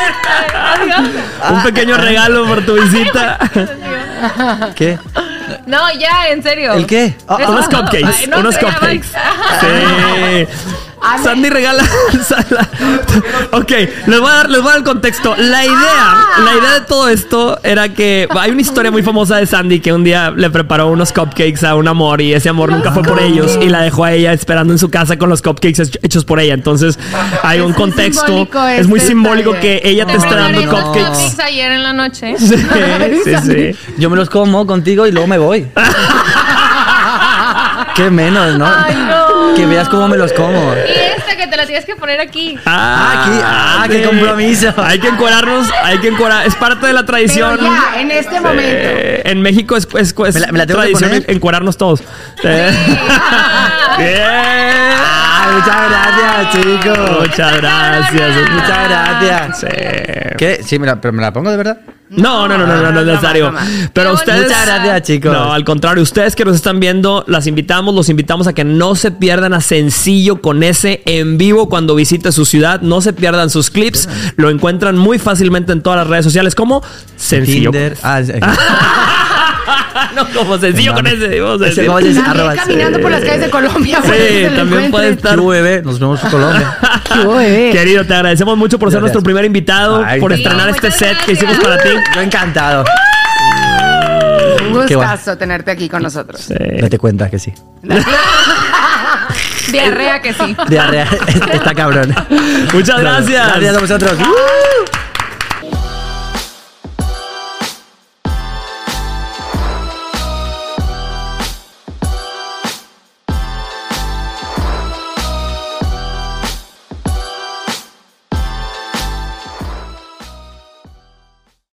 Speaker 4: Ah.
Speaker 1: Un pequeño regalo por tu
Speaker 4: (laughs)
Speaker 1: visita.
Speaker 2: ¿Qué?
Speaker 4: No, ya, en serio.
Speaker 2: ¿El qué? Ah,
Speaker 4: Eso
Speaker 1: unos
Speaker 4: fue todo.
Speaker 1: cupcakes,
Speaker 4: Ay, no,
Speaker 1: unos
Speaker 4: espera,
Speaker 1: cupcakes.
Speaker 4: Max. (laughs) Ah,
Speaker 1: Sí. Sandy regala. (laughs) sala. ok, les voy, a dar, les voy a dar el contexto. La idea,
Speaker 4: Ah.
Speaker 1: la idea de todo esto era que hay una historia muy famosa de Sandy que un día le preparó unos cupcakes a un amor y ese amor nunca fue por ellos y la dejó a ella esperando en su casa con los cupcakes hech- hechos por ella. Entonces hay
Speaker 3: Es
Speaker 1: un
Speaker 3: muy
Speaker 1: contexto.
Speaker 3: simbólico
Speaker 1: Es muy
Speaker 3: este
Speaker 1: simbólico que
Speaker 3: detalle.
Speaker 1: ella te
Speaker 4: Te
Speaker 1: está dando
Speaker 4: preparé estos
Speaker 1: cupcakes.
Speaker 4: cupcakes ayer en la noche.
Speaker 1: (laughs) Sí,
Speaker 4: (laughs)
Speaker 1: sí, sí.
Speaker 2: Yo me los como contigo y luego me voy. Qué menos, ¿no?
Speaker 4: Ay, no.
Speaker 2: Que veas cómo me los como.
Speaker 4: Y esta que te la tienes que poner aquí.
Speaker 1: Ah,
Speaker 2: Aquí, ah, qué compromiso.
Speaker 1: Hay que encuadrarnos, hay que encuadrar. Es parte de la tradición.
Speaker 3: Pero ya, en este momento.
Speaker 1: Eh, en México es, es, es
Speaker 2: ¿Me la- me la tengo que
Speaker 1: tradición
Speaker 2: poner?
Speaker 1: en- encuadrarnos todos.
Speaker 3: (laughs)
Speaker 1: Eh. Bien.
Speaker 2: Ay, muchas gracias, chicos.
Speaker 1: Muchas gracias.
Speaker 2: Muchas gracias.
Speaker 1: Sí.
Speaker 2: ¿Qué? Sí, me la, pero me la pongo de verdad.
Speaker 1: No, no, no, no, no, no es necesario.
Speaker 3: No más, no más.
Speaker 1: Pero
Speaker 4: Qué
Speaker 1: ustedes.
Speaker 4: bonita.
Speaker 2: Muchas gracias, chicos.
Speaker 1: No, al contrario, ustedes que nos están viendo, las invitamos, los invitamos a que no se pierdan a Sencillo con ese en vivo cuando visite su ciudad. No se pierdan sus clips. Lo encuentran muy fácilmente en todas las redes sociales como Sencillo.
Speaker 2: Tinder. Ah, es-
Speaker 1: (laughs) no, como Sencillo con ese. vamos a
Speaker 2: Ese
Speaker 1: decir.
Speaker 2: como
Speaker 1: (laughs)
Speaker 2: dice,
Speaker 3: También
Speaker 2: arroba,
Speaker 3: caminando (laughs) por las calles de Colombia.
Speaker 1: Sí, también puede
Speaker 3: puedes.
Speaker 1: estar.
Speaker 2: Qué bebé, nos vemos en Colombia.
Speaker 1: Querido, te agradecemos mucho por ser
Speaker 2: Gracias.
Speaker 1: nuestro primer invitado,
Speaker 2: Ay,
Speaker 1: por
Speaker 2: sí,
Speaker 1: estrenar este
Speaker 4: muchas
Speaker 1: set que hicimos
Speaker 4: gracias.
Speaker 1: para ti.
Speaker 2: Yo encantado.
Speaker 3: Un
Speaker 2: Qué
Speaker 3: gustazo tenerte aquí con nosotros.
Speaker 2: Date cuenta que sí.
Speaker 4: Diarrea que sí.
Speaker 2: Diarrea, (laughs) está cabrón.
Speaker 1: Muchas gracias.
Speaker 2: Gracias a vosotros.